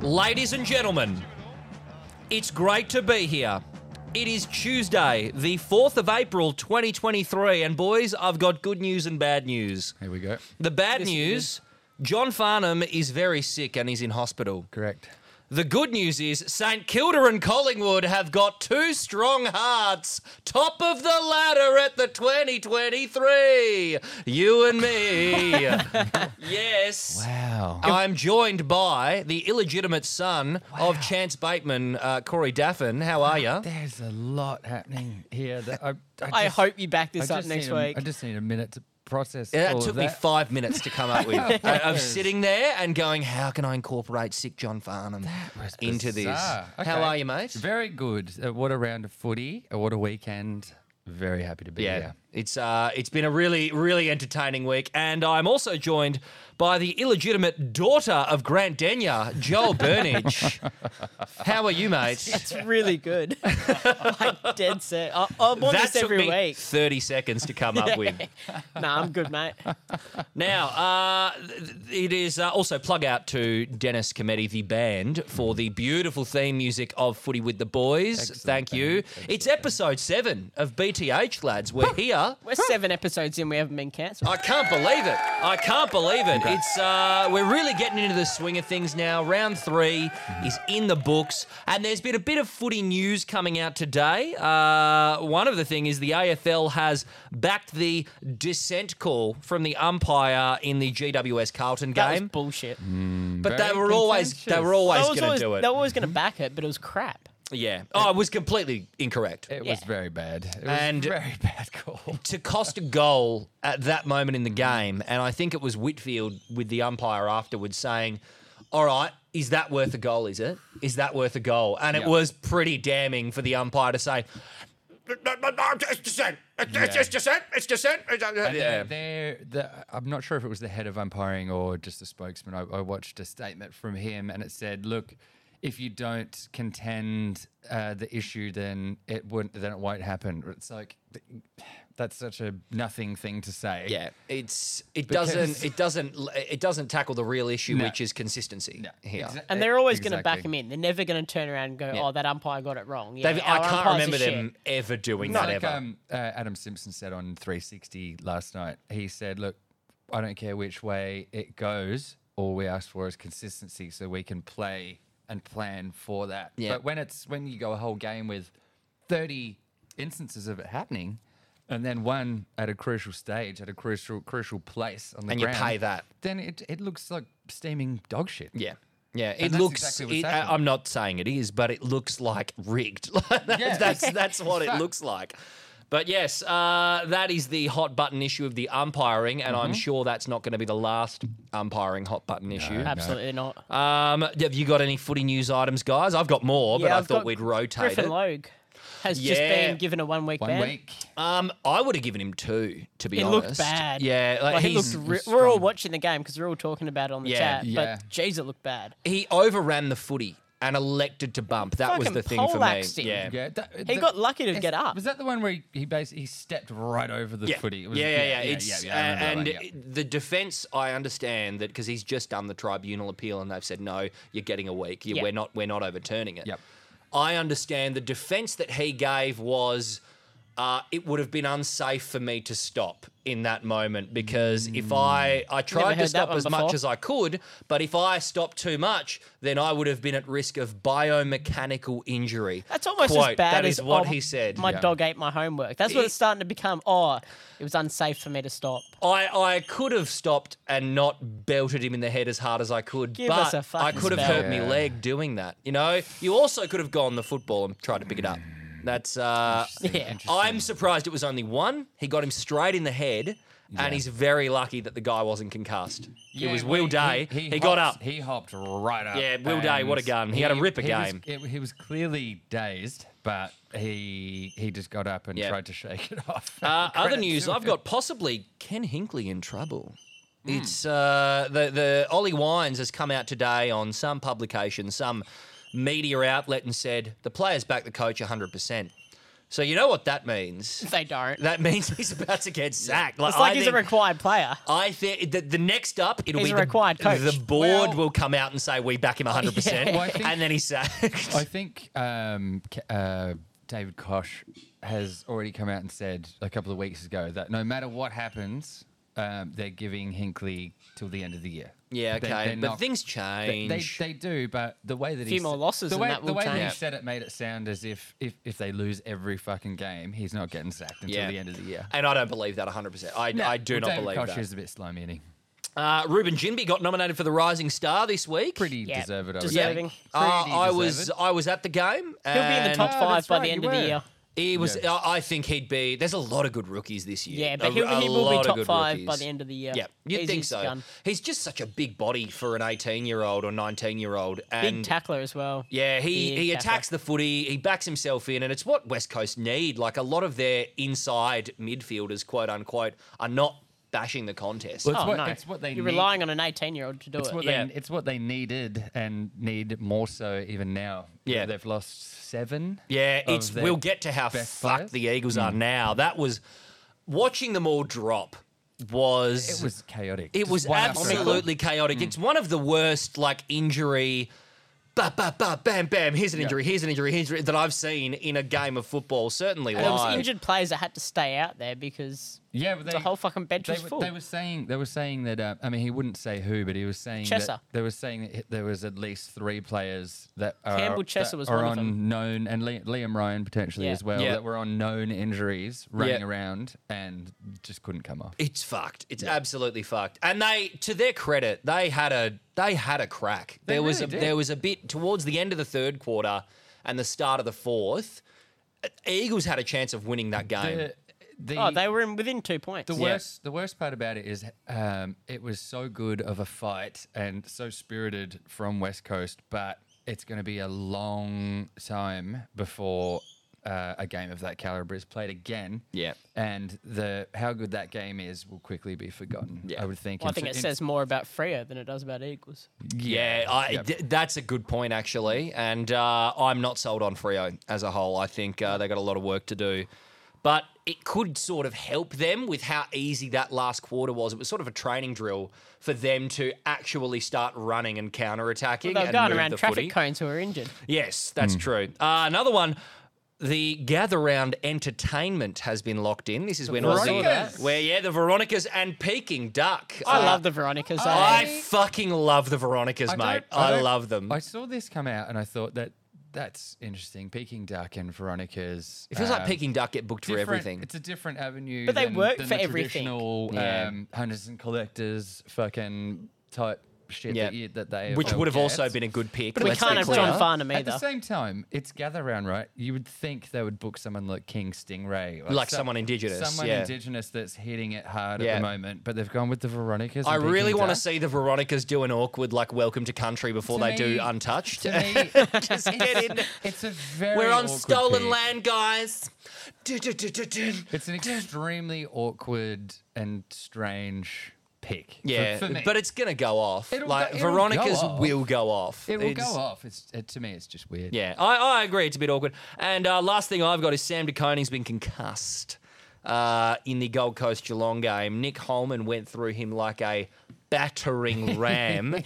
Ladies and gentlemen, it's great to be here. It is Tuesday, the 4th of April, 2023, and boys, I've got good news and bad news. Here we go. The bad news John Farnham is very sick and he's in hospital. Correct. The good news is St Kilda and Collingwood have got two strong hearts, top of the ladder at the 2023. You and me. yes. Wow. I'm joined by the illegitimate son of Chance Bateman, uh, Corey Daffin. How are you? There's a lot happening here. That I, I, I just- hope you back I this up just next need a- week. I just need a minute to process. all Yeah, that of took me that. five minutes to come up with. I- I'm sitting there and going, how can I incorporate sick John Farnham was into bizarre. this? Okay. How are you, mate? Very good. Uh, what a round of footy. Uh, what a weekend. Very happy to be Yeah. here. It's uh it's been a really, really entertaining week. And I'm also joined by the illegitimate daughter of Grant Denyer, Joel Burnage. How are you, mate? It's really good. like dead set. I, I want That this took every me week. 30 seconds to come up with. Nah, I'm good, mate. Now, uh, th- it is uh, also plug out to Dennis Cometti, the band, for the beautiful theme music of Footy with the Boys. Thank you. It's episode seven of BTH, lads. We're here. We're seven episodes in. We haven't been cancelled. I can't believe it. I can't believe it. It's uh, we're really getting into the swing of things now. Round three is in the books, and there's been a bit of footy news coming out today. Uh, one of the thing is the AFL has backed the dissent call from the umpire in the GWS Carlton That was game, bullshit. but they very were always they were contentious. They always going was to Mm. always- do it. They were always going to back it, but it was crap. yeah. Oh, it was completely incorrect. It was Yeah. very bad. It was And- very bad call. to cost a goal at that moment in the game, and I think it was Whitfield with the umpire afterwards saying, "All right, is that worth a goal? Is it? Is that worth a goal?" And it Yeah. was pretty damning for the umpire to say, "No, no, no, "It's dissent. It's it's just dissent. It's dissent." It's- uh, Yeah. uh, There, the, I'm not sure if it was the head of umpiring or just a spokesman. I, I watched a statement from him, and it said, "Look, if you don't contend uh, the issue, then it wouldn't. Then it won't happen." It's like that's such a nothing thing to say. Yeah, it's it Because- doesn't it doesn't it doesn't tackle the real issue, No. which is consistency here. Exa- And they're always going to Eh, back exactly. him in. They're never going to turn around and go, "Oh, that umpire got it wrong." Yeah, They've- our I can't umpires are remember shit. them ever doing It's that like ever. um, uh, Adam Simpson said on 360 last night. He said, "Look, I don't care which way it goes. All we ask for is consistency, so we can play and plan for that. Yeah. But when it's when you go a whole game with 30 instances of it happening, and then one at a crucial stage, at a crucial crucial place on the And you ground, pay that. then it it looks like steaming dog shit. Yeah. Yeah, it that's looks. exactly what's it- I- happened. I'm not saying it is, but it looks like rigged. that's, that's that's what it looks like. But yes, uh, that is the hot button issue of the umpiring, and Mhm. I'm sure that's not going to be the last umpiring hot button issue. Absolutely not. Um, have you got any footy news items, guys? I've got more, but Yeah, I I've thought got we'd rotate Griffin it. Logue has just Yeah. been given a one-week One ban. week. Um, I would have given him two, to be It honest. looked bad. Yeah, like, Like, it he's- looked re- we're all watching the game because we're all talking about it on the Yeah. chat. Yeah. But jeez, it looked bad. he overran the footy and elected to bump. That was Fucking the thing for me. poleaxed him. Yeah. Yeah, that- He that- got lucky to is- get up. Was that the one where he, he basically he stepped right over the yeah. footy? It was- yeah, yeah, yeah. It's, I remember that and one, yeah. it- the defence, I understand that because he's just done the tribunal appeal and they've said no, you're getting a week. You- Yeah. We're not, we're not overturning it. Yep. I understand the defence that he gave was. Uh, it would have been unsafe for me to stop in that moment because Mm. if I I tried to heard that stop one as much before. as I could, but if I stopped too much, then I would have been at risk of biomechanical injury. That's almost as Quote, bad That as is what "Oh, he said. My Yeah. dog ate my homework. That's what it's starting to become. Oh, it was unsafe for me to stop. I, I could have stopped and not belted him in the head as hard as I could, Give but us a I fucking could have spell. hurt my Yeah. leg doing that. You know, you also could have gone the football and tried to pick it up. That's uh, Interesting, Yeah. interesting. I'm surprised it was only one. He got him straight in the head, and he's very lucky that the guy wasn't concussed. it Yeah, was well, Will he- Day. He, got hopped- up. He hopped right up. Yeah, Will Day, what a and gun. He had a ripper was- game. it- he was clearly dazed, but he he just got up and Yeah. tried to shake it off. Uh, other Credit news, to I've him. got possibly Ken Hinkley in trouble. Hmm. It's uh, the the Ollie Wines has come out today on some publication, some media outlet, and said the players back the coach 100. percent So you know what that means? They don't. That means he's about to get sacked. Like, it's like I he's think, a required player. I think that the next up, it'll He's be a the, required coach. The board Well- will come out and say we back him 100, percent Yeah. Well, I think- and then he's sacked. I think um, K- uh, David Kosh has already come out and said a couple of weeks ago that no matter what happens, um, they're giving Hinkley till the end of the year. yeah, They- okay, they're but not- things They, change. they, they do, but the way that Few he more s- losses the and way, that the will way that he change. said it made it sound as if, if if they lose every fucking game, he's not getting sacked until the end of the year. And I don't believe that 100%. I, I do Well, not David believe Koch that. is a bit slimy, isn't he? Uh, Ruben Jinby got nominated for the Rising Star this week. Pretty Yeah, deserved. I would deserving. think. Uh, Pretty I was deserved. I was at the game. He'll be in the and top Oh, five that's by right, the end you of the were. year. He was. Yeah. I I think he'd be. There's a lot of good rookies this year. Yeah, but A- he'll, a he will be lot of top good five by rookies. the end of the year. Yeah, you'd He's- think he's so. done. He's just such a big body for an 18 year old or 19 year old. Big And tackler as well. yeah, he, Big he tackler. attacks the footy, he backs himself in, and it's what West Coast need. Like a lot of their inside midfielders, quote unquote, are not bashing the contest. Well, it's oh, what- no. it's what they You're need. relying on an 18 year old to do It's it. what Yeah. they it's what they needed and need more so even now. Yeah. they've lost seven. Yeah, of it's their we'll get to how best fucked players. Hmm. the Eagles are now. That was watching them all drop was It was chaotic. it Just was one after another. absolutely chaotic. Hmm. It's one of the worst like injury ba ba ba bam bam here's an injury, here's an injury, here's an injury that I've seen in a game of football certainly There was live. injured players that had to stay out there because Yeah, but they, the whole fucking bench they, was were- full. they were saying they were saying that. Uh, I mean, he wouldn't say who, but he was saying that- Chesser. they were saying that hi- there was at least three players that are, Campbell Chesser that was are one on of them. known and Le- Liam Ryan potentially Yeah. as well Yeah. that were on known injuries running Yeah. around and just couldn't come off. it's fucked. It's absolutely fucked. And they, to their credit, they had a they had a crack. They there was a, really did. there was a bit towards the end of the third quarter and the start of the fourth. uh, Eagles had a chance of winning that game. The- the- oh, they were in within two points. The Yeah. worst, the worst part about it is, um, it was so good of a fight and so spirited from West Coast, but it's going to be a long time before uh, a game of that caliber is played again. Yeah. and the how good that game is will quickly be forgotten. Yeah. I would think. Well, I in- think it in- says more about Freo than it does about Eagles. Yeah, I, th- that's a good point actually, and uh, I'm not sold on Frio as a whole. I think uh, they got a lot of work to do, but it could sort of help them with how easy that last quarter was. It was sort of a training drill for them to actually start running and counterattacking. They were and going move around the traffic Hmm. footy. cones who were injured. Yes, that's true. Uh, another one. The gather round entertainment has been locked in. This is when I saw Veronicas. where yeah, the Veronicas and Peking Duck. I Uh, love the Veronicas. I I, fucking love the Veronicas, I don't- mate. I, don't- love them. I saw this come out and I thought that that's interesting. Peking Duck and Veronica's. It feels like um, Peking Duck get booked for different- everything. It's a different avenue. But they than- work than for the everything. Traditional Yeah. um, hunters and collectors, fucking type shit Yeah. that, you, that they Which they'll would have also get. been a good pick. but we let's be can't have clear. John Farnham At either. the same time, it's gather round, right? You would think they would book someone like King Stingray, Like someone indigenous, someone yeah. indigenous that's hitting it hard Yeah. at the moment. But they've gone with the Veronicas. I and really Peking want to Duck. see the Veronicas do an awkward like "Welcome to Country" before To they do me- "Untouched." To me, Just get in. there. it's a very. We're on awkward stolen pick. land, guys. Du-du-du-du-dun. It's an extremely awkward and strange pick. for- Yeah, for me. but it's gonna go off. It'll like go- it'll go Veronica's off. will go off. It will It's- go off. It's it, to me, it's just weird. Yeah, I, I agree. It's a bit awkward. And uh, last thing I've got is Sam DeConing's been concussed uh, in the Gold Coast Geelong game. Nick Holman went through him like a battering ram.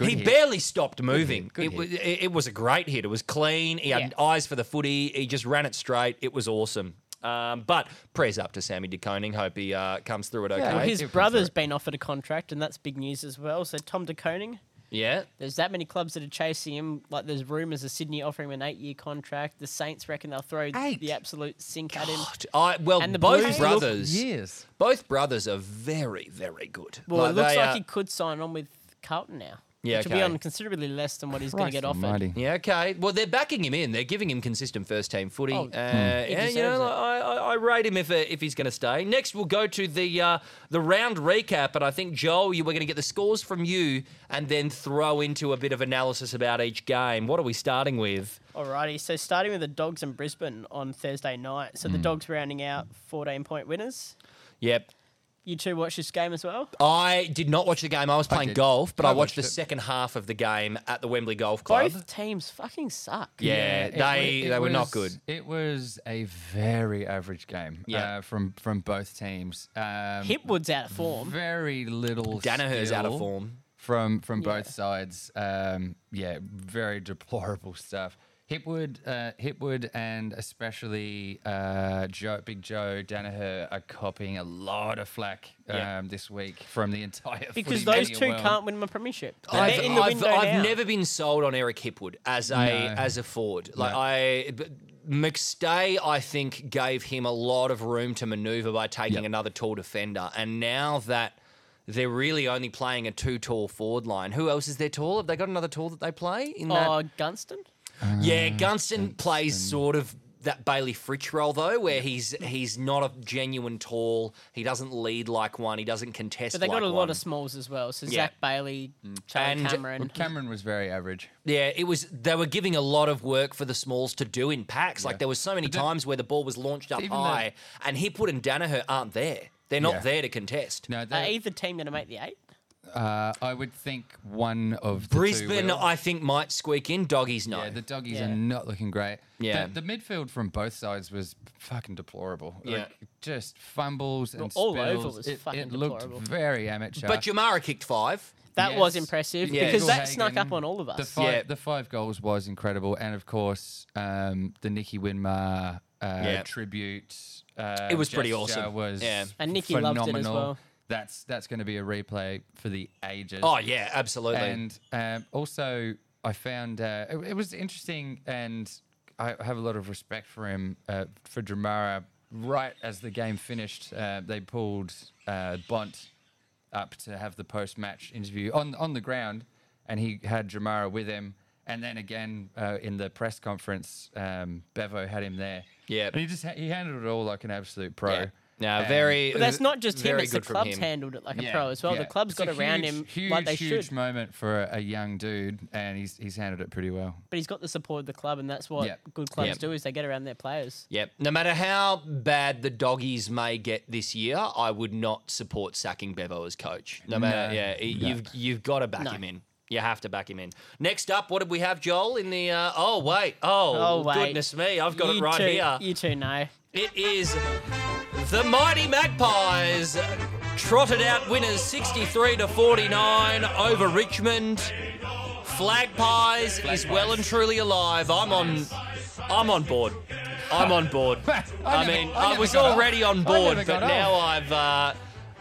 he hit. barely stopped moving. Good it, hit. was, it, it was a great hit. It was clean. He had Yeah. eyes for the footy. He just ran it straight. It was awesome. Um, but prayers up to Sammy DeConing. Hope he uh, comes through it okay. well, Yeah. I- it his was brother's right. been offered a contract, and that's big news as well. So Tom DeConing, there's that many clubs that are chasing him. Like there's rumours of Sydney offering him an eight-year contract. The Saints reckon they'll throw Eight. the absolute sink at him. God, I, well, And the Blues both look- brothers. Years. Both brothers are very, very good. Well, it looks they like are- he could sign on with Carlton now, Yeah, which okay. will be on considerably less than what he's going to get offered. Yeah, okay. Well, they're backing him in. They're giving him consistent first team footy. Oh, uh, he and, you deserves know, it. like, I, I, I rate him if uh, if he's going to stay. Next, we'll go to the uh, the round recap, and I think Joel, you were going to get the scores from you, and then throw into a bit of analysis about each game. What are we starting with? Alrighty, so starting with the Dogs in Mm. Brisbane on Thursday night. So the Dogs rounding out 14 point winners. Yep. You two watch this game as well? I did not watch the game. I was playing did. golf, but I, I watched watched, the it. second half of the game at the Wembley Golf Club. Both teams fucking suck. Yeah, it they wa- it they were not was- good. It was a very average game. Yeah. uh, from from both teams. Um, Hipwood's out of form. very little. Danaher's out of skill form. from from both sides. Um, yeah, very deplorable stuff. Hipwood, uh, Hipwood, and especially uh, Joe, Big Joe Danaher are copying a lot of flack um, Yeah. this week from the entire Because footy those media two world. can't win my premiership. They're I've, in the I've- window I've now. never been sold on Eric Hipwood as a as a forward. Like No. I b- McStay, I think gave him a lot of room to manoeuvre by taking another tall defender, and now that they're really only playing a two tall forward line, who else is there tall? Have they got another tall that they play in that? Oh, Gunston? yeah, Gunston plays sort of. That Bailey Fritch role though, where he's he's not a genuine tall, he doesn't lead like one, he doesn't contest. But they like got a one. lot of smalls as well. So Yeah. Mm. Zach Bailey, Charlie And- Cameron. Cameron was very average. Yeah, it was. They were giving a lot of work for the smalls to do in packs. Like there was so many times where the ball was launched up even the- high, and Hipwood and Danaher aren't there. They're not Yeah. there to contest. No, Are they, either team going to make the eight? uh, I would think one of the two Brisbane, will. I think, might squeak in. Doggies, no. Yeah, the doggies Yeah. are not looking great. The- Yeah. the, midfield from both sides was fucking deplorable. Yeah. Like, just fumbles and all over spills. was it, fucking it looked deplorable. very amateur. but Jamara kicked five. That was Yes. impressive Yeah. because that Hagen, snuck up on all of us. The five, Yeah. the five goals was incredible, and of course, um, the Nicky Winmar uh, Yeah. tribute. Uh, It was pretty gesture awesome. Was Yeah. And Nicky loved it as phenomenal. well. That's that's going to be a replay for the ages. Oh yeah, absolutely. And um, also, I found uh, it, it was interesting, and I have a lot of respect for him uh, for Dramara. Right as the game finished, uh, they pulled uh, Bont up to have the post-match interview on on the ground, and he had Dramara with him. And then again uh, in the press conference, um, Bevo had him there. Yep. and he just ha- he handled it all like an absolute pro. yeah. No, And- very. But that's not just him, very it's the good from club's him. handled it like a yeah, pro as well. yeah. The club's It's got a around huge, him huge, like they huge should. moment for a, a young dude, and he's he's handled it pretty well. But he's got the support of the club, and that's what Yep. good clubs Yep. do is they get around their players. Yep. No matter how bad the doggies may get this year, I would not support sacking Bevo as coach. No matter, No. yeah, i- you've you've got to back him in. You have to back him in. Next up, what did we have, Joel? In the uh, oh wait, oh, Oh, wait. goodness me, I've got you it right two, here. You two know. It is the mighty Magpies trotted out winners 63 to 49 over Richmond. Flagpies is well and truly alive. I'm on I'm on board. I'm on board. I I never- mean, I I never was got off. already on I board, never but got now I've uh,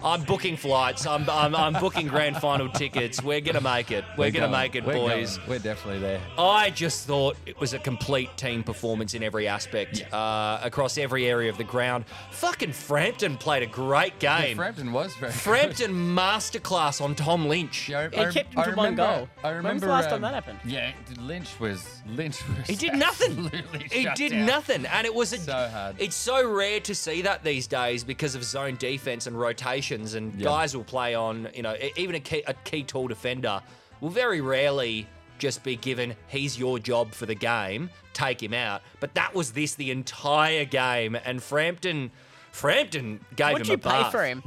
I'm booking flights. I'm, I'm I'm booking grand final tickets. We're gonna make it. We're, gonna going. make it, We're boys. going. We're definitely there. I just thought it was a complete team performance in every aspect, uh, across every area of the ground. Fucking Frampton played a great game. Frampton was very. good. Frampton masterclass on Tom Lynch. Yeah, I- He I rem- kept him I to one remember- goal. I When was the remember last time um, that happened? Yeah, d- Lynch was Lynch was. He did nothing. absolutely He shut did down. nothing, and it was a, So hard. It's so rare to see that these days because of zone defense and rotations, and guys will play on. You know, e- even a key, a key tall defender will very rarely just be given he's your job for the game, take him out. But that was this the entire game, and Frampton. Frampton gave What'd him you a bath. pay for him?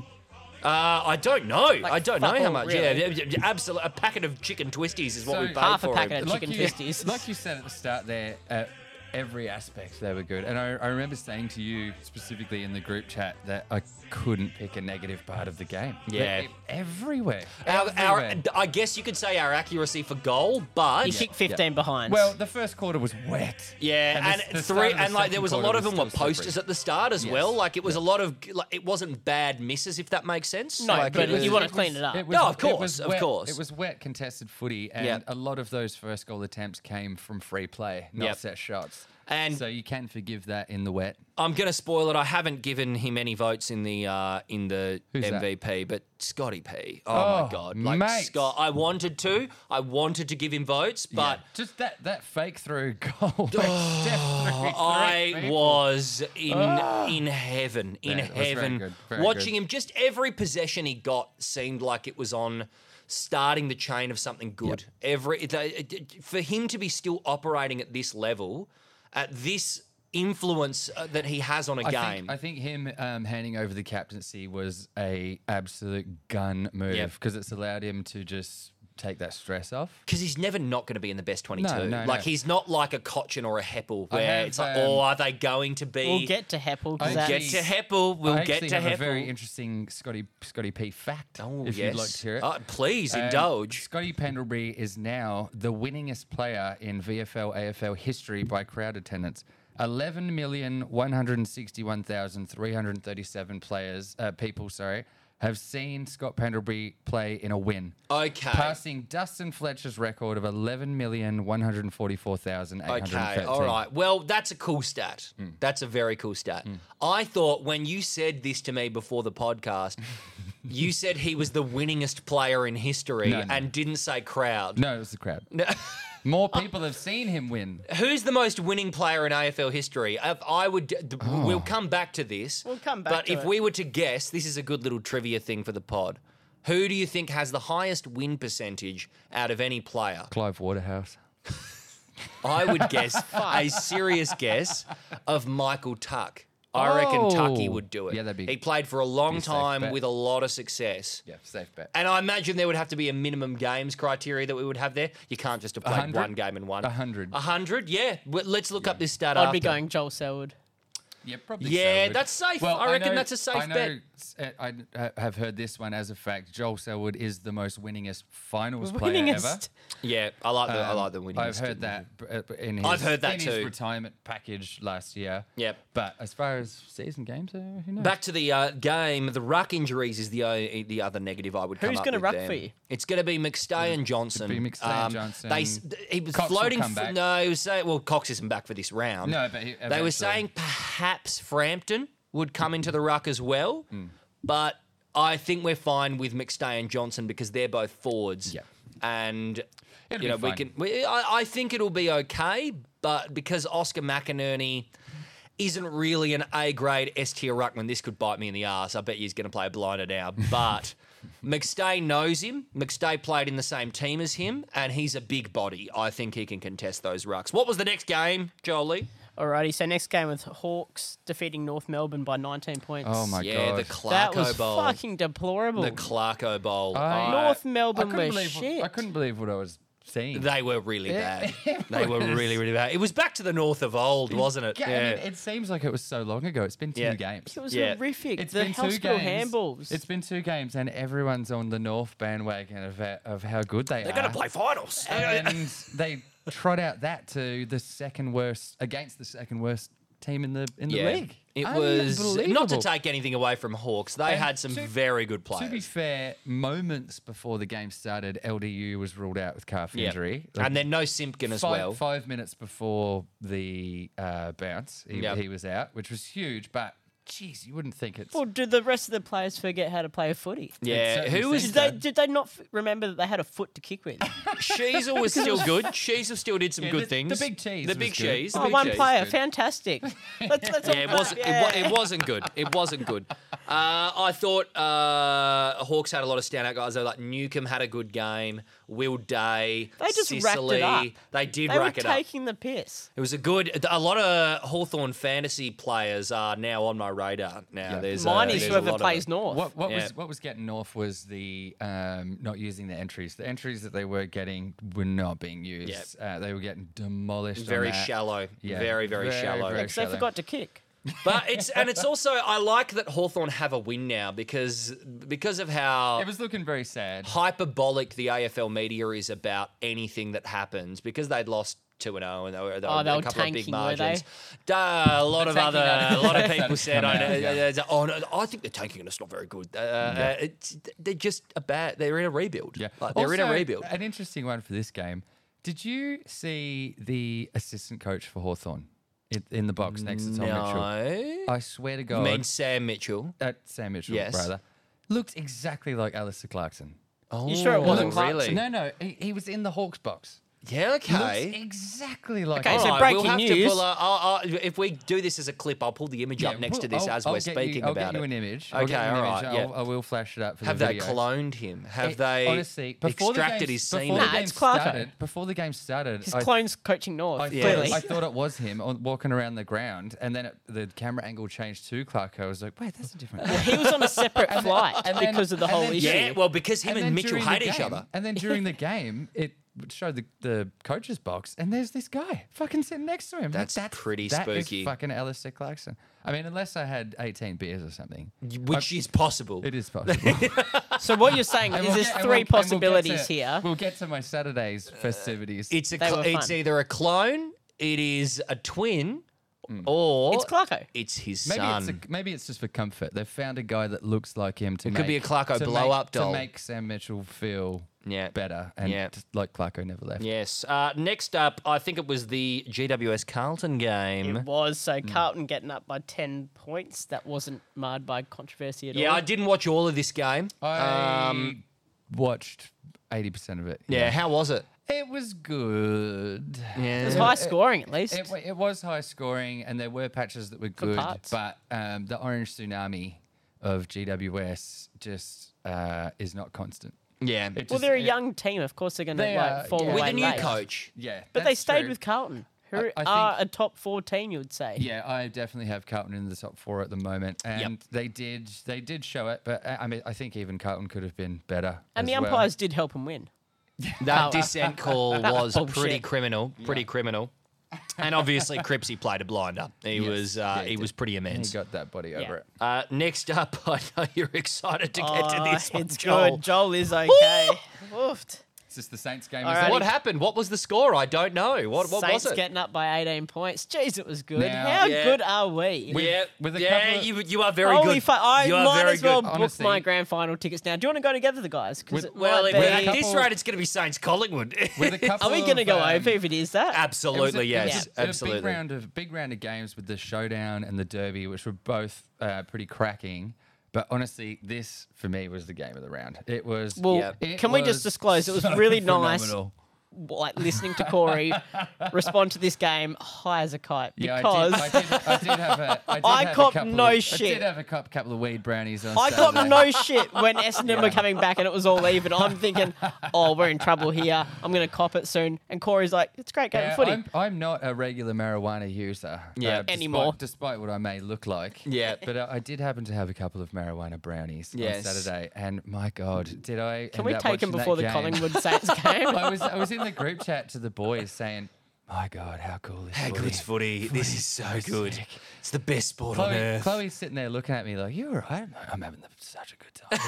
Uh, I don't know. I don't know fuck how all, much. really. Yeah, absolutely. A packet of chicken twisties is what So- we paid Half a for packet him. of chicken you, twisties. Like you said at the start there, uh, every aspect they were good. And I, I remember saying to you specifically in the group chat that I couldn't pick a negative part of the game. Yeah. E- everywhere. Our, our, everywhere. I guess you could say our accuracy for goal, but He kicked 15 behind. well, the first quarter was wet. yeah, the and, s- the start three, of the and like there second was a quarter lot of them were still slippery. posters at the start as Yes. well. Like it was a lot of like it wasn't bad misses, if that makes sense. No, like, but it was- you want to clean it up. No, of it course, of wet- course. It was wet, contested footy, and Yep. a lot of those first goal attempts came from free play, not Yep. set shots. And- so you can forgive that in the wet. I'm gonna spoil it. I haven't given him any votes in the uh, in the Who's that? MVP, but Scotty P. Oh, my Oh, god, like mate. Scott. I wanted to, I wanted to give him votes, but. just that that fake through goal. like, step through three Oh, I people. was in in heaven, in Yeah, it Ah. was very heaven, good, very watching good. him. Just every possession he got seemed like it was on starting the chain of something good. Every it- it- it- for him to be still operating at this level, at this influence uh, that he has on a I game. think, I think him um, handing over the captaincy was a absolute gun move because it's allowed him to just take that stress off. Because he's never not going to be in the best 22. no, like, no. he's not like a Cochin or a Heppel where have, it's like, um, oh, are they going to be. We'll get to Heppel. 'cause I that- Get actually- to Heppel. We'll I get actually to have Heppel. a very interesting Scotty Scotty P fact. oh, if yes. you'd like to hear it. Uh, please Um, indulge. Scotty Pendlebury is now the winningest player in VFL AFL history by crowd attendance. 11,161,337 players, uh, people, sorry, have seen Scott Pendlebury play in a win. Okay. Passing Dustin Fletcher's record of 11,144,813. Okay, all right. Well, that's a cool stat. Hmm. That's a very cool stat. I thought when you said this to me before the podcast, you said he was the winningest player in history No, no. and didn't say crowd. No, it was the crowd. More people have seen him win. Who's the most winning player in AFL history? If I would, th- Oh. we'll come back to this. We'll come back But to if it. we were to guess, this is a good little trivia thing for the pod. Who do you think has the highest win percentage out of any player? Clive Waterhouse. I would guess a serious guess of Michael Tuck. I reckon Tucky Oh. would do it. Yeah, that'd be- he played for a long a safe time bet. with a lot of success. Yeah, safe bet. And I imagine there would have to be a minimum games criteria that we would have there. You can't just have played 100? one game and won. A hundred. A hundred, yeah. Well, Let's look up this stat I'd be after. going Joel Selwood. Yeah, probably. Yeah, Selwood. that's safe. I reckon that's a safe I know, bet. s- uh, I d- uh, have heard this one as a fact. Joel Selwood is the most winningest finals player ever. Winningest. Yeah, I like the I Um, like the winning. I've heard that b- uh, b- in his, I've heard that in his too. retirement package last year. Yep. But as far as season games, uh, who knows? Back to the uh, game. The ruck injuries is the o- the other negative I would. come Who's up gonna with ruck there. for you? It's going to be McStay and Johnson. Um, be McStay and They s- Johnson. he was Cox will floating. come f- back. No, he was saying. Well, Cox isn't back for this round. No, but he- they were eventually. saying perhaps Frampton would come into the ruck as well, Mm. but I think we're fine with McStay and Johnson because they're both forwards. Yeah. And It'll be you know we fine. can. We, I, I think it'll be okay, but because Oscar McInerney isn't really an A grade S tier ruckman. This could bite me in the ass. I bet he's going to play a blinder now. But McStay knows him. McStay played in the same team as him, and he's a big body. I think he can contest those rucks. What was the next game, Jolie? Alrighty, so next game with Hawks defeating North Melbourne by 19 points. oh my yeah, god, the That was Clarko Bowl. fucking deplorable. The Clarko Bowl. I- I- North I Melbourne couldn't were believe shit. What, I couldn't believe what I was seeing. they were really bad. It- it They were was- really, really bad. It was back to the north of old, wasn't it? Yeah, I mean, it seems like it was so long ago. It's been two Yeah. games. it was Yeah. horrific. It's the been high two school games. handballs. It's been two games, and everyone's on the North bandwagon of, uh, of how good they They're are. going to play finals. and they trot out that to the second worst against the second worst team in the in the league. It was not to Unbelievable. take anything away from Hawks. They And had some to- very good To be players. fair, moments before the game started, LDU was ruled out with calf Yeah. injury, Like, And then no Simpkin as five, well. Five minutes before the uh, bounce, he, Yeah. he was out, which was huge. But geez, you wouldn't think it's well, did the rest of the players forget how to play footy? Yeah, certainly who was seems Did that? they, did they not f- remember that they had a foot to kick with? Sheasel was still good. Sheasel still did some Yeah, good the- the things. big cheese The was good. big cheese. the Oh, big one cheese. player, dude. fantastic. That's, that's Yeah, it wasn't. It, wa- it wasn't good. It wasn't good. Uh, I thought uh, Hawks had a lot of standout guys. Though, like Newcomb had a good game. Will Day. They just racked it Sicily. up. They did They were rack it up. taking the piss. It was a good. A lot of Hawthorn fantasy players are now on my radar. Now Yeah. there's Mine a, is there's a whoever lot of plays them. North. What, what Yeah. was what was getting off was the um, not using the entries. The entries that they were getting were not being used. Uh, they were getting demolished. on Very that. shallow. Yeah. Very, very, Very, shallow. very Because they Shall they? forgot to kick. But it's and it's also I like that Hawthorn have a win now because because of how It was looking very sad. hyperbolic the AFL media is about anything that happens because they'd lost two and zero and they were, they Oh, were they a were couple of big tanking, were they? margins. Duh, a lot of tanking other a notice- lot of notice people has said, come I, out, yeah. uh, uh, "Oh, no, I think they're tanking and it's not very good." Uh, uh, it's, they're just a bad. They're in a rebuild. Yeah, Like, they're in a Also, rebuild. An interesting one for this game. Did you see the assistant coach for Hawthorn in, in the box next to Tom Mitchell? No, I swear to I God, mean Sam Mitchell. that Sam Mitchell Yes. brother looked exactly like Alistair Clarkson. Oh, sure it wasn't really? Clarkson? No, no, he, he was in the Hawks box. Yeah, okay. Looks exactly like Okay, it. so All right, breaking we'll have news. To pull, uh, I'll- I'll- if we do this as a clip, I'll pull the image Yeah, up next we'll- to this I'll- as I'll we're get you- speaking I'll about get you it. an image. I'll Okay, get you an all right. image. yeah. I'll, I will flash it up for have the they video. cloned him? Have It- they Eh, honestly, before the extracted game- his semen? before the Nah, game it's Clarko. started, before the game started, His I clone's coaching North, I, Yeah. clearly. thought, I thought it was him on, walking around the ground, and then it, the camera angle changed to Clark. I was like, wait, that's a different. guy." he was on a separate flight and then- because of the and whole then- issue. yeah, well, because him and, then Mitchell during the hate each game- other. And then during the game, it showed the, the coach's box, and there's this guy fucking sitting next to him. Like, That's pretty that is spooky. fucking Alistair Clarkson. I mean, unless I had 18 beers or something, Which is possible. it is possible. So what you're saying And is we'll there's get- and we'll- and three we'll get possibilities to- here. We'll get to my Saturday's festivities. Uh, It's a They cl- were it's fun. either a clone, it is a twin, or It's Clarko. It's his Mm. maybe son. it's a, maybe it's just for comfort. They've found a guy that looks like him to It make could be a Clarko to blow make- up doll. to make Sam Mitchell feel Yeah. better and Yeah. just like Clarko never left. Yes. Uh, next up, I think it was the GWS Carlton game. It was so Hmm. Carlton getting up by ten points. That wasn't marred by controversy at Yeah, all. I didn't watch all of this game. Um, I watched eighty percent of it. yeah, how was it? it was good. Yeah. It was high scoring at least. It, wa- it was high scoring, and there were patches that were good, parts. but um, the orange tsunami of GWS just uh, is not constant. Yeah. It well, just- they're a it- young team. Of course, they're going to They like are, fall yeah. With away a new late. coach. Yeah, but they that's stayed true. with Carlton, who I are a think- top four team, you would say. Yeah, I definitely have Carlton in the top four at the moment, and they did they did show it, but uh, I mean I think even Carlton could have been better. and the as well. umpires did help him win. That dissent call was Bullshit. pretty criminal. Pretty criminal. And obviously, Cripsy played a blinder. He Yes. was uh, Yeah, he, he was did. pretty he immense. got that body over it. Uh, next up, I know you're excited to get to Oh, this one, it's Joel. good. Joel is okay. Oofed. It's just the Saints game. All is right. that What happened? What was the score? I don't know. What what Saints was it? getting up by 18 points. Jeez, it was good. Now- How Yeah. good are we? yeah, with a yeah, couple of- you, you are very Holy good. fu- I you are might very as well good. book Honestly. my grand final tickets now. Do you want to go together, the guys? 'Cause With- it Well, might it- be- at this couple- rate, it's going to be Saints Collingwood. With a couple Are we going to of, go um, over if it is that? It was a- absolutely, it was yes, a- it was a absolutely. Big round of big round of games with the showdown and the derby, which were both uh, pretty cracking. But honestly, this for me was the game of the round. It was. Well, Yeah. it can we just was disclose it was so really nice phenomenal. like listening to Corey respond to this game high as a kite Yeah, because I, did, I, did, I did have a. I, did I have a copped couple no of, I shit. did have a cou- couple of weed brownies on. I got Saturday. no shit when Essendon were coming back and it was all even. I'm thinking, oh, we're in trouble here. I'm going to cop it soon. And Corey's like, it's a great game Yeah, of footy. I'm, I'm not a regular marijuana user. uh, Yeah. despite- Anymore. Despite, what I may look like. Yeah. But uh, I, I did happen to have a couple of marijuana brownies Yes. on Saturday, and my God, did I? Can we take him before the Collingwood Saints game? I was I was in the group chat to the boys saying, "My God, how cool is How footy?" good's footy? This is so good. It's the best sport on Chloe, earth. Chloe's sitting there looking at me like, "You all right?" I'm having the- such a good time.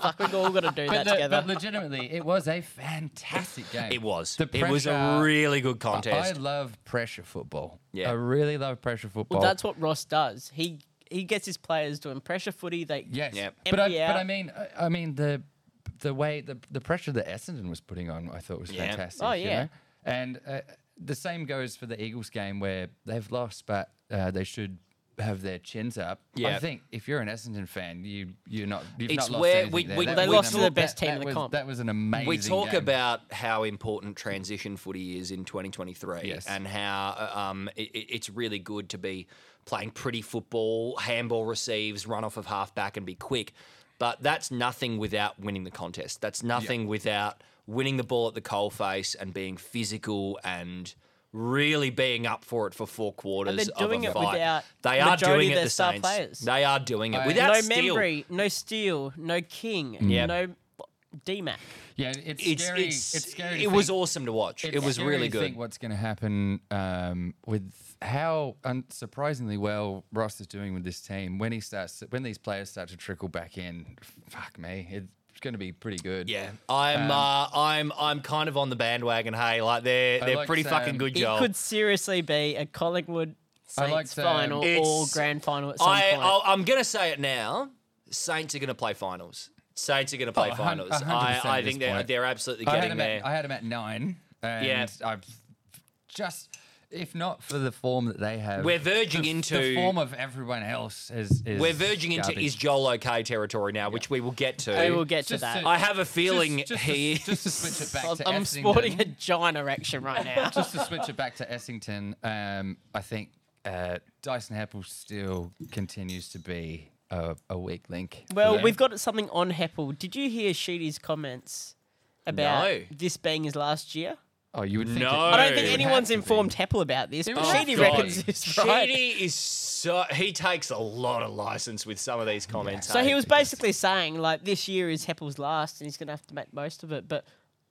Fuck, we've all got to do but, that the- together. but legitimately, it was a fantastic game. It was. The it was a pressure- really good I contest. love pressure football. Yeah. I really love pressure football. well, that's what Ross does. He he gets his players doing pressure footy. They Yes. Yep. But I, NBA. but I mean, I- I mean the the way the the pressure that Essendon was putting on, I thought was Yeah. fantastic. Oh, you yeah. know? And uh, the same goes for the Eagles game where they've lost, but uh, they should have their chins up. Yeah. I think if you're an Essendon fan, you you're not. You've It's not lost where anything we- there. we- That They was lost an to the ama- best that- team in that the was- comp. That was an amazing. We talk game. about how important transition footy is in 2023 Yes. and how uh, um, i i- it's really good to be playing pretty football, handball receives, run off of halfback and be quick. But that's nothing without winning the contest. That's nothing without winning the ball at the coalface and being physical and really being up for it for four quarters they're doing of it a fight. without they are majority doing of it their the star Saints. players. They are doing it I- without no Steele. Membry, no Steel, no King, Mm. no DMAC. Yeah, it's, It's, scary. it's, It's, scary. to it was think- awesome to watch. It It's was scary really to good. Think what's going to happen um, with how unsurprisingly well Ross is doing with this team when he starts when these players start to trickle back in. Fuck me, it's going to be pretty good. Yeah, Um, I'm uh, I'm I'm kind of on the bandwagon. Hey, like they're I they're like pretty fucking Sam. good, It Joel. could seriously be a Collingwood I like um, Saints to- final or It's- grand final at some I point. I'll, I'm gonna say it now. Saints are gonna play finals. Saints are gonna play Oh, a hun- finals. a hundred I, percent I at think this they're point. they're absolutely I had getting him there. at I had him at nine. And Yeah. I've just if not for the form that they have, We're verging the, into- the form of everyone else. Is, is We're verging into garbage. is Joel okay territory now, which we will get to. We will get to Just that. to- I have a feeling just, just he. To, just to switch it back I'm- to I'm Essendon. sporting a giant erection right now. just to switch it back to Essington, um, I think uh, Dyson Heppel still continues to be a, a weak link. Well, Yeah. we've got something on Heppel. Did you hear Sheedy's comments about No. this being his last year? Oh, you would think. No. that- I don't No. think It anyone's had to be. informed Heppel about this, but would have Sheedy to be. reckons it's right. Sheedy is so he takes a lot of license with some of these comments. So eh? he was basically saying like this year is Heppel's last, and he's going to have to make most of it. But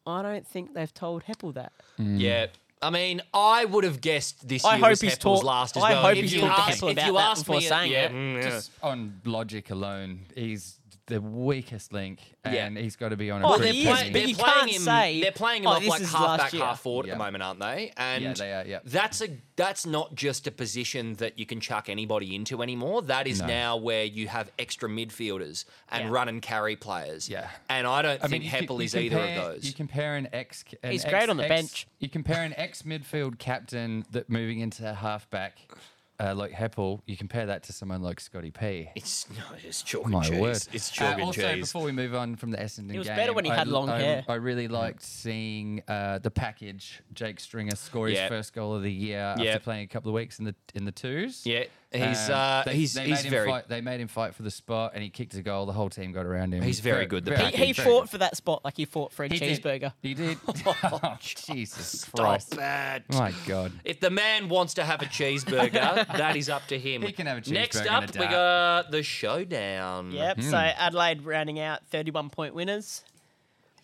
I don't think they've told Heppel that. Mm. Yeah. I mean, I would have guessed this I year hope was he's Heppel's taught- last as I well. hope if he's you taught to ask, Heppel if about you that ask me, before saying yeah, it. mm, yeah. Just on logic alone, he's the weakest link, Yeah. and he's got to be on a Oh, pretty he is, penny. but they're you playing can't him. say, they're playing him "Oh, off this like is half last back, year." half forward at Yeah. the moment, aren't they? And Yeah, they are, yeah. that's a that's not just a position that you can chuck anybody into anymore. That is No. now where you have extra midfielders and Yeah. run and carry players. Yeah. and I don't I think you c- Heppel you is either of compare- those. You compare an ex. An He's ex- great on the ex- bench. You compare an ex midfield captain that moving into halfback, uh, like Heppel. You compare that to someone like Scotty P. It's no, it's chalk and My cheese. word! It's chalk Uh, and also, cheese. before we move on from the Essendon, It was game, better when he I had l- long I- hair. I really liked seeing uh, the package. Jake Stringer score his Yeah. first goal of the year Yeah. after playing a couple of weeks in the in the twos. yeah, he's Um, uh, they- he's they he's made him very Fight, they made him fight for the spot, and he kicked a goal. The whole team got around him. He's very good, the He, he Package. very good. fought for that spot like he fought for a did. cheeseburger. He did. Oh, Jesus stop Christ! that. My God. If the man wants to have a cheeseburger, that is up to him. He can have a Next cheeseburger up, and a we dart. got the showdown. Yep. So Adelaide rounding out 31 point winners.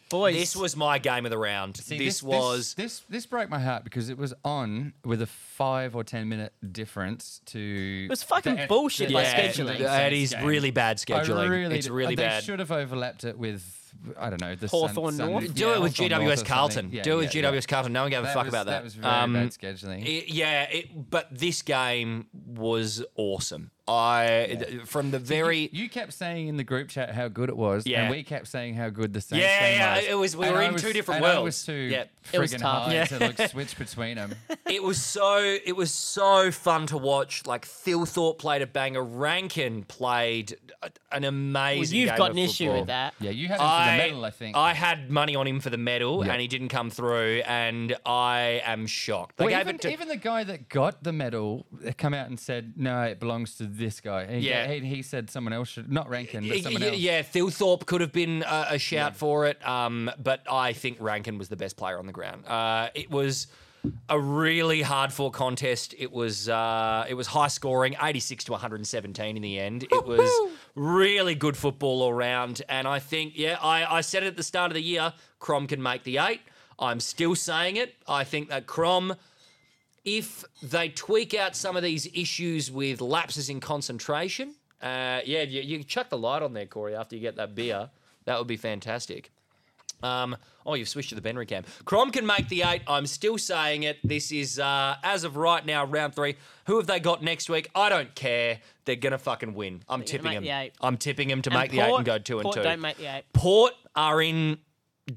Boys, This was my game of the round. See, this, was this, this broke my heart because it was on with a five or ten minute difference to. It was fucking bullshit by yeah, scheduling. that is really bad scheduling. it's really they bad. should have overlapped it with I don't know the Hawthorn Sun, North? Do it with GWS Carlton. Do it with GWS Carlton. No one gave a fuck about That that. was very Um, bad scheduling. it- yeah, it, but this game was awesome. I th- from the very you kept saying in the group chat how good it was, Yeah. and we kept saying how good the Saints Yeah, game yeah, was. it was- we And were I in two different and I worlds. was too Yep. It was friggin' tough. high Yeah. to look switch between them. It was so it was so fun to watch. Like Phil Thorpe played a banger. Rankin played a- an amazing. well, you've game got of an issue football. with that. Yeah, you had him for I, the medal, I think. I had money on him for the medal, Yeah. and he didn't come through. And I am shocked. They Well, gave even, it to even the guy that got the medal uh, come out and said, "No, it belongs to this guy." And he- Yeah. he, he said someone else should not Rankin, but Y- someone y- else. yeah, Phil Thorpe could have been a, a shout for it, um, but I think Rankin was the best player on the ground. Uh, it was a really hard fought contest. It was uh, it was high scoring, eighty six to one hundred and seventeen in the end. It was really good football all round, and I think yeah, I, I said it at the start of the year. Crom can make the eight. I'm still saying it. I think that Crom if they tweak out some of these issues with lapses in concentration, uh, yeah, you, you can chuck the light on there, Corey, after you get that beer. That would be fantastic. Um, oh, you've switched to the Benry cam. Crom can make the eight. I'm still saying it. This is, uh, as of right now, round three. Who have they got next week? I don't care. They're going to fucking win. I'm They're tipping gonna them. make the eight. I'm tipping them to And make the eight and go two and Port two. Don't make the eight. Port are in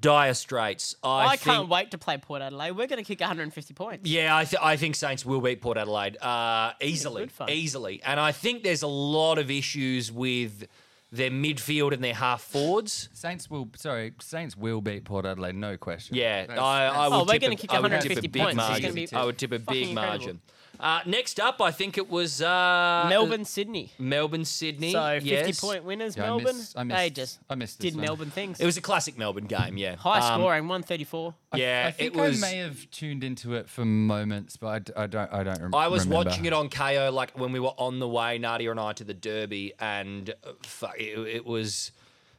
dire straits. I, I, think- can't wait to play Port Adelaide. We're going to kick 150 points. Yeah, I, th- I think Saints will beat Port Adelaide uh, easily, good fun. easily, and I think there's a lot of issues with their midfield and their half forwards. Saints will. Sorry, Saints will beat Port Adelaide, no question. Yeah, That's- I, I that's- would. Oh, we're tip gonna a- kick I would tip a 150 big points. It's gonna margin. be I would tip a fucking big incredible. margin. Uh, next up, I think it was uh, Melbourne, Sydney. Melbourne, Sydney. So 50 yes. point winners, Yeah, I Melbourne. miss- I they missed- just I missed this did one. Melbourne things. It was a classic Melbourne game. Yeah, high Um, scoring, 134. Yeah, I think it was. I may have tuned into it for moments, but I d- I, don't. I don't rem- I was remember. watching it on KO like when we were on the way, Nadia and I, to the Derby, and uh, fuck, it, it was.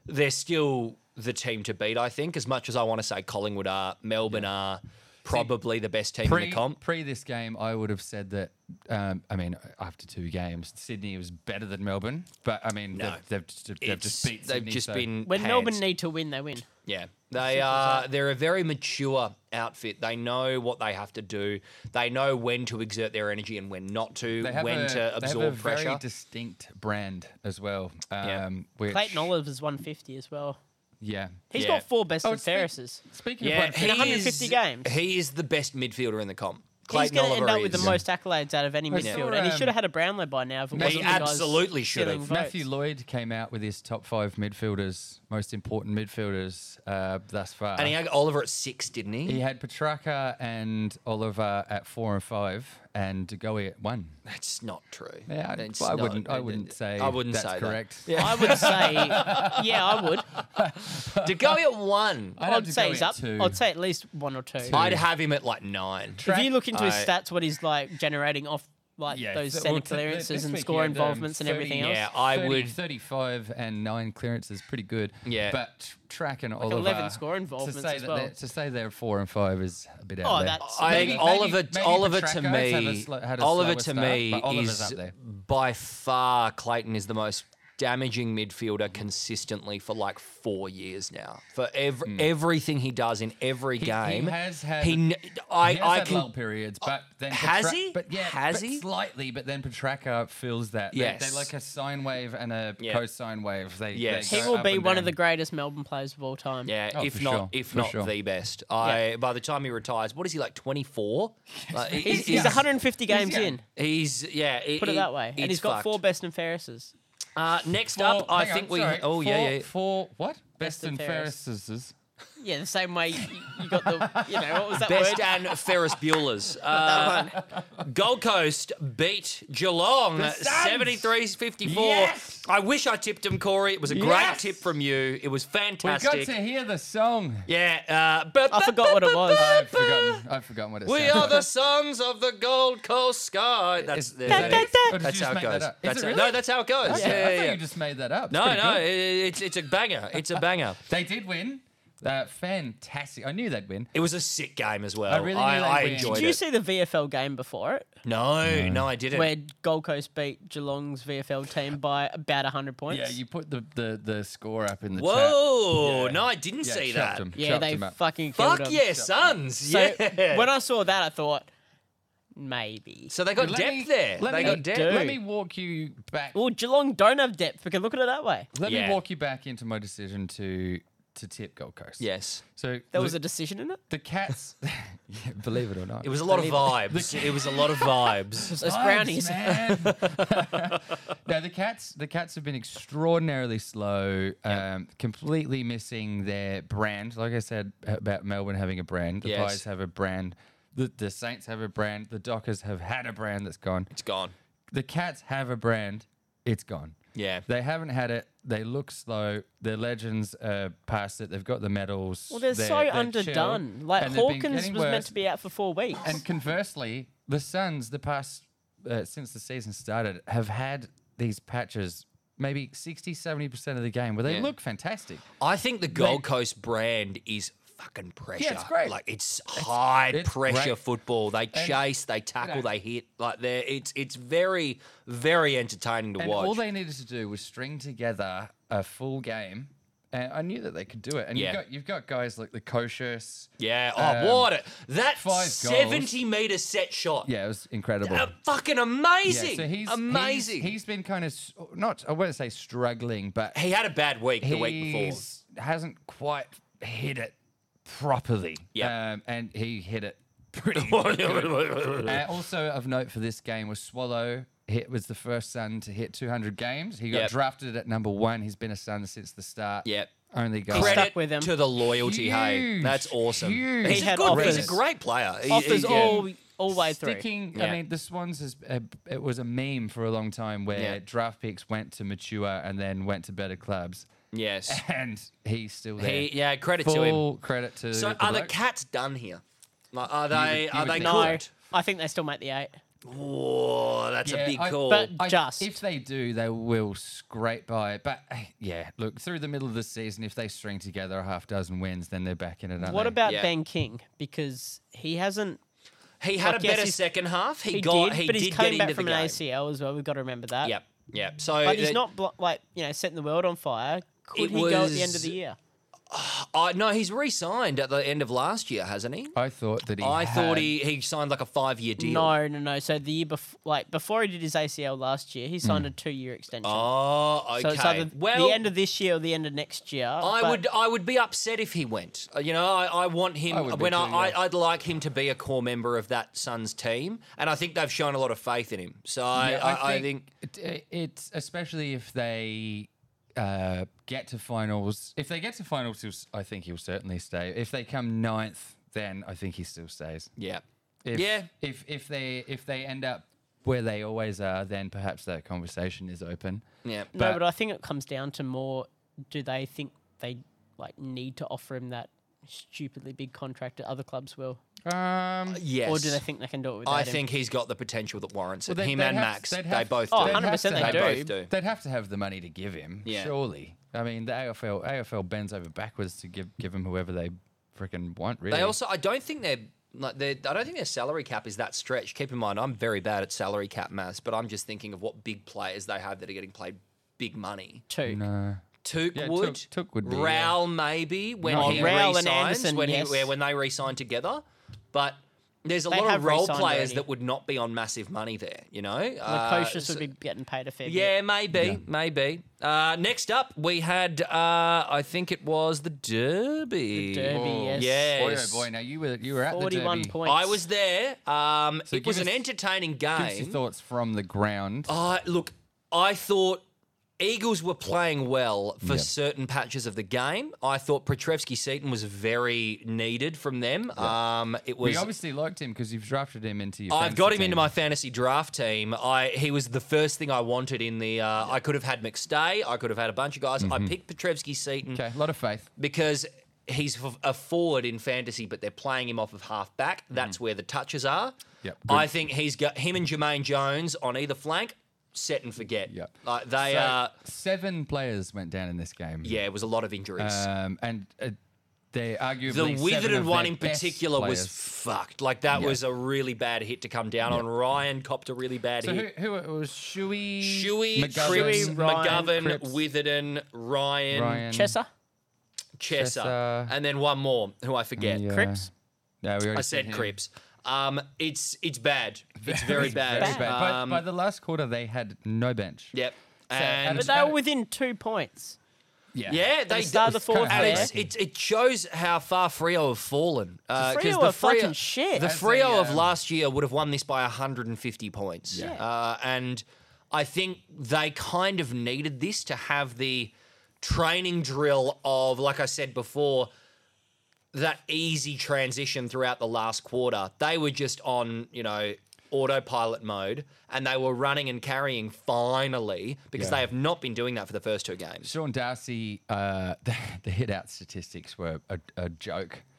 They're still the team to beat, I think. As much as I want to say Collingwood are, Melbourne are probably the best team pre in the comp. pre this game. I would have said that. Um, I mean, after two games, Sydney was better than Melbourne, but I mean, No. they've, they've, just, they've It's- just beat. they've Sydney, just so- been When pants. Melbourne need to win, they win. Yeah, they are. They're a very mature outfit. They know what they have to do. They know when to exert their energy and when not to. They have When a, to absorb they have a pressure. Very distinct brand as well. Um, which, Clayton Oliver's 150 as well. Yeah. He's Yeah. got four best Oh, and it's been- fairest. Speaking Yeah, of he brand, in 150 is- games. He is the best midfielder in the comp. Clayton he's going to Oliver end up with is. the most accolades out of any I midfielder, saw, and he should um, have had a Brownlow by now. If it He wasn't the guys absolutely should stealing have. votes. Matthew Lloyd came out with his top five midfielders, most important midfielders uh, thus far. And he had Oliver at six, didn't he? He had Petrarca and Oliver at four and five, and Degoe at one. That's not true. Yeah, I- That's well, I not- wouldn't- I wouldn't say I wouldn't that's say correct. That. Yeah. I would say, yeah, I would. to go at one, I'd have I'd say Degoe he's at up. two. I'd say at least one or two. I'd have him at like nine. if you look into his I- stats, what he's like generating off like Yeah, those so- center well, t- th- clearances this and week he score had, um, involvements and 30 everything else. Yeah, I 30 would. 35 and nine clearances, pretty good. Yeah. But Track and Oliver. 11 score to involvements say as that well. they're- to say they're four and five is a bit out Oh, there. that's- I think Maybe- Oliver, maybe Oliver to Petrarca has had a me, sl- had a Oliver slower to start, me but Oliver's is up there. by far Clayton is the most damaging midfielder consistently for like four years now. For ev- everything he does in every Hmm. he game, has had- he kn- I, he has I had can lull periods, but then Has Petra- he? But yeah, Has but he? slightly. But then Petrarca feels that. They- Yes. they're like a sine wave and a Yeah. cosine wave. They, they Yes. He go will up be and one of down. the greatest Melbourne players of all time. Yeah, Oh, if for not, sure, if for not sure. the best. I by the time he retires, what is he like? Twenty four. Like, he- He's, he's 150 games young. in, He's yeah. put it that way. And he's got four best and fairest. Uh, next Four- up, I hang think on, we. sorry, Oh yeah, four- yeah. Four what? Best, Best and and fairest. fairest. Yeah, the same way you, you got the, you know, what was that Best word? and Ferris Bueller's. Uh, Gold Coast beat Geelong Suns! 73 54. Yes! I wish I tipped him, Corey. It was a great Yes! tip from you. It was We got to fantastic. hear the song. Yeah. Uh, but I forgot what it was. I've forgotten. I've forgotten what it We sounds are like. the sons of the Gold Coast Sky. That's, Is- there- is there that it it? is. Or Oh, did That's you just how it make goes. that up? Is That's it how- really? No, that's how it goes. Okay, Yeah, I yeah, thought yeah. you just made that up. It's No, pretty no, good. Uh, it, it's it's a banger. It's a banger. They did win. Uh, fantastic. I knew they'd win. It was a sick game as well. I I really knew I, they'd win. enjoyed Did you it. see the VFL game before it, no, no, I didn't. where Gold Coast beat Geelong's VFL team by about 100 points? Yeah, you put the, the, the score up in the chat. Whoa, Yeah. no, I didn't Yeah, see chucked that. them, Yeah, chucked they them up. fucking killed Fuck him. yeah, Suns. So yeah. when I saw that, I thought maybe. so they got Let depth me- there. Let They me, got depth. do. Let me walk you back. Well, Geelong don't have depth. We can look at it that way. Let Yeah. me walk you back into my decision to to tip Gold Coast. Yes. So There was the, a decision in it. the Cats. Yeah, believe it or not, It was a lot of vibes. it was a lot of vibes. Those Vibes, brownies. man. no, the cats. The cats have been extraordinarily slow. Um, completely missing their brand. Like I said about Melbourne having a brand. The Yes. Pies have a brand. The, the Saints have a brand. The Dockers have had a brand that's gone. It's gone. The Cats have a brand. It's gone. Yeah. They haven't had it. They look slow. Their legends are past it. They've got the medals. Well, they're, so they're underdone. chilled, Like and they've been Hawkins getting was meant worse. to be out for four weeks. And conversely, the Suns, the past uh, since the season started, have had these patches. Maybe 60, 70% of the game where they Yeah. look fantastic. I think the Gold Coast brand is fucking pressure. Yeah, it's great. Like it's high it's pressure great. football. They chase, they tackle, know. they hit. Like they're it's it's very very entertaining to And watch. all they needed to do was string together a full game. And I knew that they could do it. And Yeah. you've, got, you've got guys like the Koscius. yeah. um, Oh, what a, that five goals. seventy meter set shot. Yeah, it was incredible. Uh, fucking Yeah, amazing. so he's amazing. He's, he's been kind of s- not. I wouldn't say struggling, but he had a bad week the week before. he's- hasn't quite hit it properly. Yeah. um, and he hit it pretty. good. Uh, also of note for this game was Swallow. Hit was the first Sun to hit 200 games. He got Yep. drafted at number one. He's been a Sun since the start. Yep. Only guy. Credit Stuck with him. to the loyalty, hey. Huge, That's awesome. huge He's, He a had good, he's a offers. great player. He- Offers he- all all way through. Sticking, Yeah. I mean, the Swans is uh, it was a meme for a long time where Yeah. draft picks went to mature and then went to better clubs, Yes. and he's still there. He, yeah, credit to him. Full credit to. So the are the bloke. cats done here? Like, are they would- you are would they think. No, cooked? I think they still make the eight. Whoa, that's a Yeah, big I- call. but- I- Just. if they do, they will scrape by. But eh, yeah, look through the middle of the season, if they string together a half dozen wins, then they're back in it. Aren't What they? about Yeah. Ben King? Because he hasn't. he had a Look, yes, better he's- second half. He, He got did, he but did he's get coming into back the from game. an ACL as well. We've got to remember that. Yep. Yep. So But he's that- not blo- like you know setting the world on fire. It Could he go at the end of was- the year? I no, he's re-signed at the end of last year, hasn't he? I thought that he. I had- thought he, he signed like a five-year deal. No, no, no. So the year before, like before he did his ACL last year, he Hmm. signed a two-year extension. Oh, okay. So it's either well, the end of this year or the end of next year. I but- would I would be upset if he went. Uh, You know, I, I want him I would be when I, too, yeah. I I'd like him to be a core member of that Suns team, and I think they've shown a lot of faith in him. So I, Yeah, I, I think it- it's especially if they uh, get to finals. If they get to finals, he'll, s- I think he'll certainly stay. If they come ninth, then I think he still stays. yeah. If, Yeah. If if they if they end up where they always are, then perhaps that conversation is open. Yeah. no, but- but I think it comes down to more: do they think they like need to offer him that stupidly big contract that other clubs will, Um, Yes. or do they think they can do it without I him? think he's got the potential that warrants it. Well, they- him they'd and have- Max, they'd they have- both Oh, do. they'd have 100% to they have- do. both do. They'd have to have the money to give him, Yeah. surely. I mean, the AFL AFL bends over backwards to give give him whoever they freaking want. Really, They also, I don't think they're like they I don't think their salary cap is that stretched. Keep in mind, I'm very bad at salary cap maths, but I'm just thinking of what big players they have that are getting played big money. two. no. Took Yeah, would, Took- Took would be, yeah. Rowell maybe when No, he Oh, Rowell and resigns, Anderson, when yes. he where- when they re-sign together, but. There's a They lot have of role re-signed players already. that would not be on massive money there, you know. Uh, Lukosius so- would be getting paid a fair bit. yeah, maybe, maybe. Uh, next up, we had, uh, I think it was the Derby. The Derby. yes. Boy, Yes. oh boy, now you were you were at Forty-one the derby. points. I was there. Um, it give was an us- entertaining Give us your game. thoughts from the ground. I look, I thought Eagles were playing well for certain patches of the game. I thought Petrevsky Seaton was very needed from them. Um, it we was. obviously liked him because you've drafted him into your. I've got him fantasy into team. my fantasy draft team. I he was the first thing I wanted in the. Uh, I could have had McStay. I could have had a bunch of guys. I picked Petrevsky Seaton Mm-hmm. Okay, a lot of faith. because he's f- a forward in fantasy, but they're playing him off of half back. That's where the touches are. Mm-hmm. Yep. I think he's got him and Jermaine Jones on either flank. Set and forget. Yep. Like, they So, are. seven players went down in this game. Yeah, it was a lot of injuries. Um, and uh, they arguably the seven Withered of one their in best particular was players. fucked. Like that was a really bad hit to come down on. Ryan copped a really bad So who, hit. who it was Shuey, Shuey, Cripps, McGovern, Shuey, Ryan, McGovern, Cripps. Witherden, Ryan, Ryan, Chesser, uh, Chesser, Chesser. and then one more who I forget. yeah. Cripps. No, we already I said him. Cripps. Um, it's it's bad. It's very bad. Very bad. By- Um, by, the last quarter, they had no bench. yep. Adam- And but they were within two points. Yeah. yeah, they start d- of the fourth And it's, there. it's, it shows how far Frio have fallen. Uh, 'cause Freo the are fucking shit. The As Frio a, of um, last year would have won this by 150 points. Yeah. Uh, and I think they kind of needed this to have the training drill of, like I said before, that easy transition throughout the last quarter. They were just on, you know, autopilot mode and they were running and carrying finally because Yeah. they have not been doing that for the first two games. Sean Darcy, uh, the, the hit out statistics were a, a joke.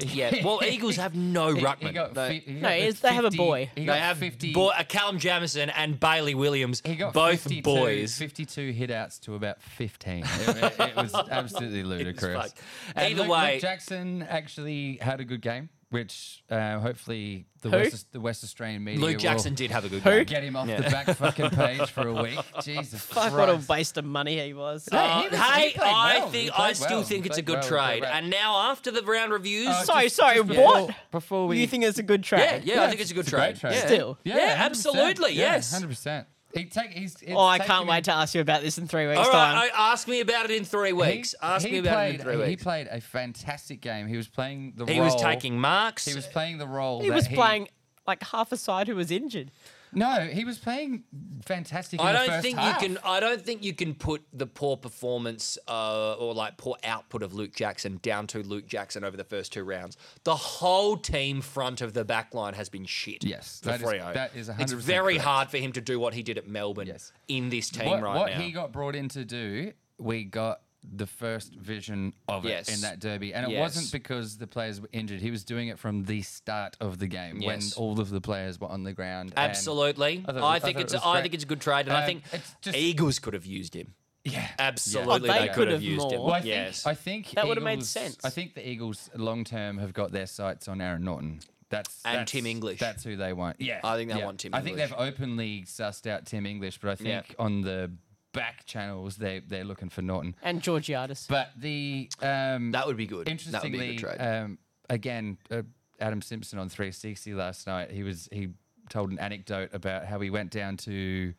Yeah. Well, Eagles have no He- ruckman. he got They- fi- he got No, like it's- they have a 50 boy. He They got have 50. boy, uh, Callum Jamison and Bailey Williams, he got both 52, boys. 52 hit outs to about 15. It, it- it was absolutely ludicrous. fucked. And Either Luke- Luke way- Jackson actually had a good game, which uh, hopefully the West, the West Australian media Luke Jackson will did have a good Who? game. get him off the back fucking page for a week. Jesus Fuck, Christ. what a waste of money he was. Yeah, he Uh, was- hey, he played I well. He think I played still well. think He it's a played good well. He played trade. well. And now after the round reviews, Uh, sorry, just- sorry, just before- what? Before we you think it's a good trade? yeah, yeah, I think it's a good It's a trade. great trade. Yeah. Still. yeah, absolutely, yes. hundred percent. He take. He's, it's Oh, I taken can't him- wait to ask you about this in three weeks' All time. right, I, ask me about it in three He- weeks. ask he me about played, it in three He weeks. played a fantastic game. He was playing the He, role. was taking marks. He was playing the role. he that was playing like half a side who was injured. No, he was playing fantastic. I in the don't first think half. you can. I don't think you can put the poor performance uh, or like poor output of Luke Jackson down to Luke Jackson over the first two rounds. The whole team front of the back line has been shit. Yes, for that is- Freo. that is It's 100% very correct. hard for him to do what he did at Melbourne Yes. in this team What, right what now. he got brought in to do, we got the first vision of it Yes. in that derby, and it Yes. wasn't because the players were injured. He was doing it from the start of the game Yes. when all of the players were on the ground. and- Absolutely, I thought it I, was- I think thought it it's. was I great. think it's a good trade, and I Um, think it's just- Eagles could have used him. yeah. Absolutely, Oh, they they, could could have have used him. more. Well, I think, yes, I think That would've made Eagles- sense. I think the Eagles long term have got their sights on Aaron Norton. That's And that's- Tim English. That's who they want. Yeah, I think they yeah. want Tim I think English. they've openly sussed out Tim English, but I Yeah. think on the back channels, they they're looking for Norton. and Georgiadis. But the um, That would be good. That would be a Interestingly, good trade. um, again, uh, Adam Simpson on 360 last night. He was he told an anecdote about how he went down to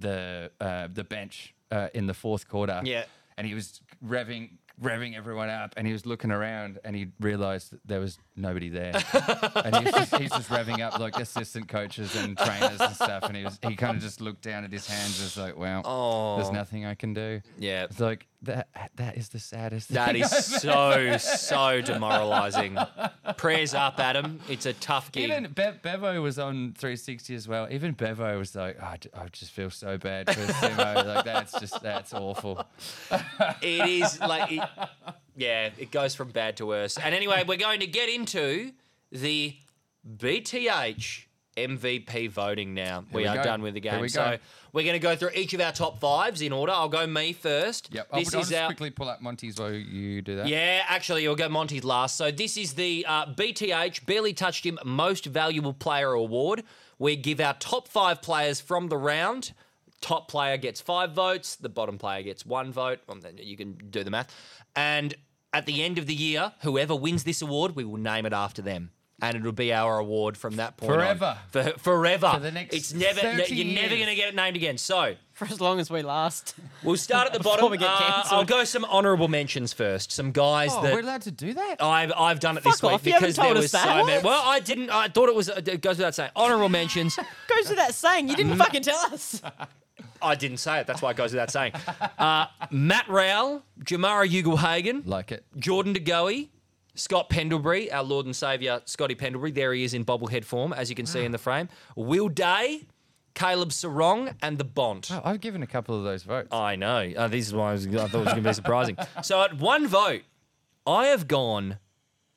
the uh, the bench uh, in the fourth quarter. Yeah. and he was revving revving everyone up, and he was looking around, and he realised that there was nobody there, and he was just, he's just revving up like assistant coaches and trainers and stuff, and he was he kind of just looked down at his hands, and was like, wow, there's nothing I can do. Yeah. it's like that that is the saddest. That thing is so so demoralising. Prayers up, Adam. It's a tough gig. Even Be- Bevo was on 360 as well. Even Bevo was like, "Oh, I, j- I just feel so bad for Simo. like that's just that's awful. It is like, it, yeah, it goes from bad to worse. And anyway, we're going to get into the BTH MVP voting now. we, we are go. done with the Here game. we so go. we're going to go through each of our top fives in order. I'll go me first. Yep. I'll, This I'll is just our. quickly pull up Monty's while you do that. Yeah, actually, you'll go Monty last. So this is the uh, BTH barely touched him most valuable player award. We give our top five players from the round. Top player gets five votes. The bottom player gets one vote. Um, then you can do the math. And at the end of the year, whoever wins this award, we will name it after them. And it'll be our award from that point on. Forever. For, forever. For the next it's never. 30 you're never years. going to get it named again. So for as long as we last. we'll start at the Before bottom. we get Uh, cancelled. I'll go some honourable mentions first. Some guys Oh, that we're allowed to do that. I've I've done it this Fuck week off, you haven't because told there us was that. so many. What? Well, I didn't. I thought it was uh, it goes without saying. Honorable mentions. Goes without saying, you didn't fucking tell us. I didn't say it. That's why it goes without saying. Uh, Matt Rowell, Jamara Ugelhagen, Like it. Jordan DeGoey, Scott Pendlebury, our Lord and Saviour Scotty Pendlebury. There he is in bobblehead form, as you can see in the frame. Will Day, Caleb Sarong, and the Bont. Oh, I've given a couple of those votes. I know. Uh, this is why I, was, I thought it was going to be surprising. so at one vote, I have gone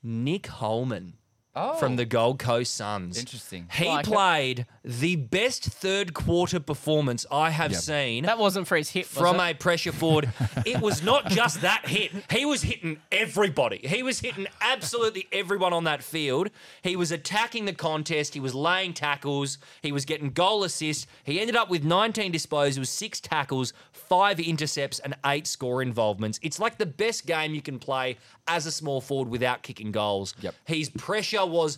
Nick Holman. Oh, from the Gold Coast Suns. Interesting. He Like it. played the best third quarter performance I have Yep. seen That wasn't for his hit. was from it? a pressure forward. it was not just that hit. He was hitting everybody. He was hitting absolutely everyone on that field. He was attacking the contest. He was laying tackles. He was getting goal assists. He ended up with 19 disposals, six tackles, five intercepts, and eight score involvements. It's like the best game you can play as a small forward without kicking goals. Yep. His pressure was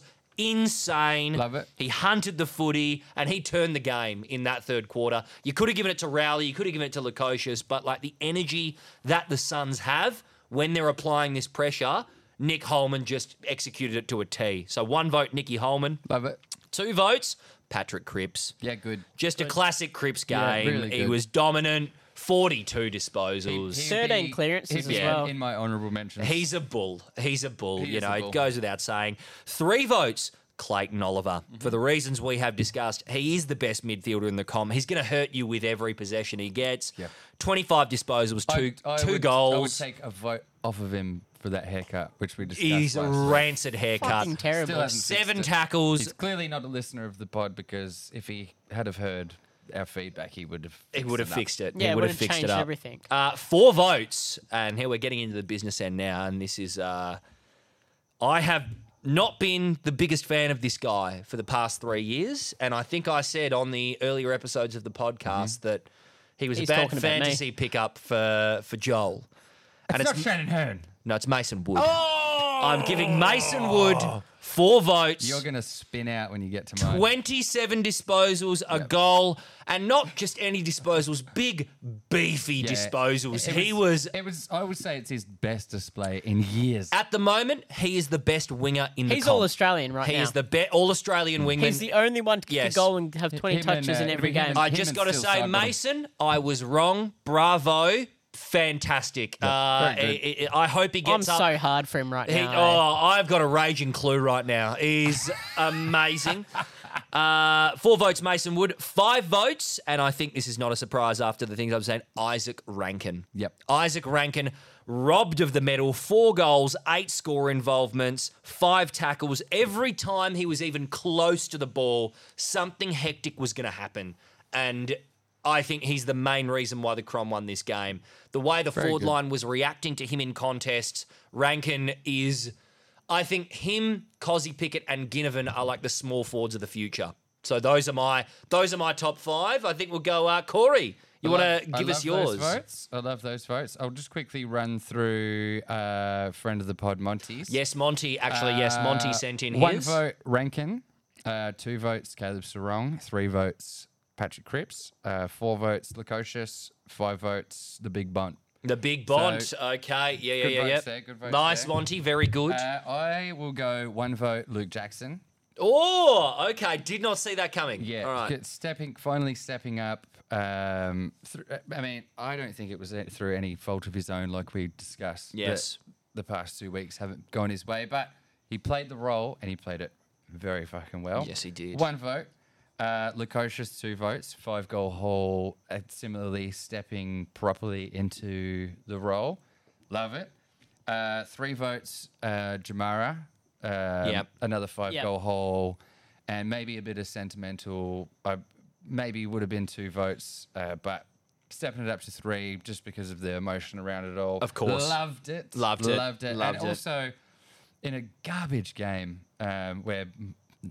insane. Love it. He hunted the footy and he turned the game in that third quarter. You could have given it to Rowley, you could have given it to Lukosius, but like the energy that the Suns have when they're applying this pressure, Nick Holman just executed it to a T. So one vote, Nicky Holman. love it. Two votes, Patrick Cripps. Yeah, good. Just a classic Cripps game. Yeah, really he good. was dominant, 42 disposals. He'd 13 be- clearances he'd as be well. In my honourable mentions. He's a bull. He's a bull. He you is a know, bull. it goes without saying. Three votes. Clayton Oliver, for the reasons we have discussed, he is the best midfielder in the com. He's going to hurt you with every possession he gets. Yep. 25 disposals, two I two would, I would goals. take a vote off of him for that haircut, which we discussed. He's a last week. rancid fucking haircut. terrible. Still hasn't fixed Seven it. tackles. He's clearly not a listener of the pod because if he had have heard our feedback, he would have. He would have fixed it. he Yeah, it would have would have fixed it changed up. everything. Uh, four votes, and here we're getting into the business end now. And this is, uh, I have not been the biggest fan of this guy for the past three years, and I think I said on the earlier episodes of the podcast that he was He's a bad talking about me. fantasy pickup for for Joel. And It's not Shannon Hearn. no, it's Mason Wood. I'm giving Mason Wood four votes. You're gonna spin out when you get to mine. 27 disposals, a goal, and not just any disposals, big, beefy Yeah. disposals. It he was, It was. I would say it's his best display in years. at the moment, he is the best winger in the He's comp. all Australian right He now. is the be- all Australian Mm. wingman. He's the only one to kick Yes. a goal and have 20 Him and, touches uh, in it'll every be him game. and- I him just and got to Phil say, Simon. Mason, I was wrong. Bravo. Fantastic. uh, very I, I- I hope he I'm gets up. so hard for him right He, now. eh? oh, I've got a raging clue right now. He's amazing. Uh, four votes, Mason Wood. Five votes, and I think this is not a surprise after the things I'm saying. Isaac Rankin. Yep. Isaac Rankin robbed of the medal. Four goals, eight score involvements, five tackles. Every time he was even close to the ball, something hectic was going to happen, and. I think he's the main reason why the Crom won this game. The way the forward good. line was reacting to him in contests, Rankin is I think him, Cozzy Pickett, and Ginnivan are like the small forwards of the future. So those are my those are my top five. I think we'll go uh, Corey. You I want love- to I give us love those yours? votes. I love those votes. I'll just quickly run through uh, friend of the pod Monty's. Yes, Monty. Actually, yes, Monty Uh, sent in one his. vote Rankin, uh, two votes Caleb Sarong, three votes Patrick Cripps, uh, four votes Lukosius, five votes the Big Bunt. The big bond. So- okay. Yeah, yeah, Good yeah, yeah. votes there, good votes nice, there. Monty. Very good. Uh, I will go one vote Luke Jackson. oh, okay. Did not see that coming. Yeah, All right. get stepping finally stepping up. Um, thr- I mean, I don't think it was a- through any fault of his own, like we discussed. that Yes. the past two weeks haven't gone his way, but he played the role and he played it very fucking well. Yes, he did. One vote. Uh, Lukosius, two votes. Five goal haul. Uh, similarly, stepping properly into the role. Love it. Uh, three votes. Uh, Jamara. Um, Yep. Another five Yep. goal haul. And maybe a bit of sentimental. I maybe would have been two votes, uh, but stepping it up to three just because of the emotion around it all. Of course. Loved it. Loved it. Loved it. Loved and it. also, in a garbage game um, where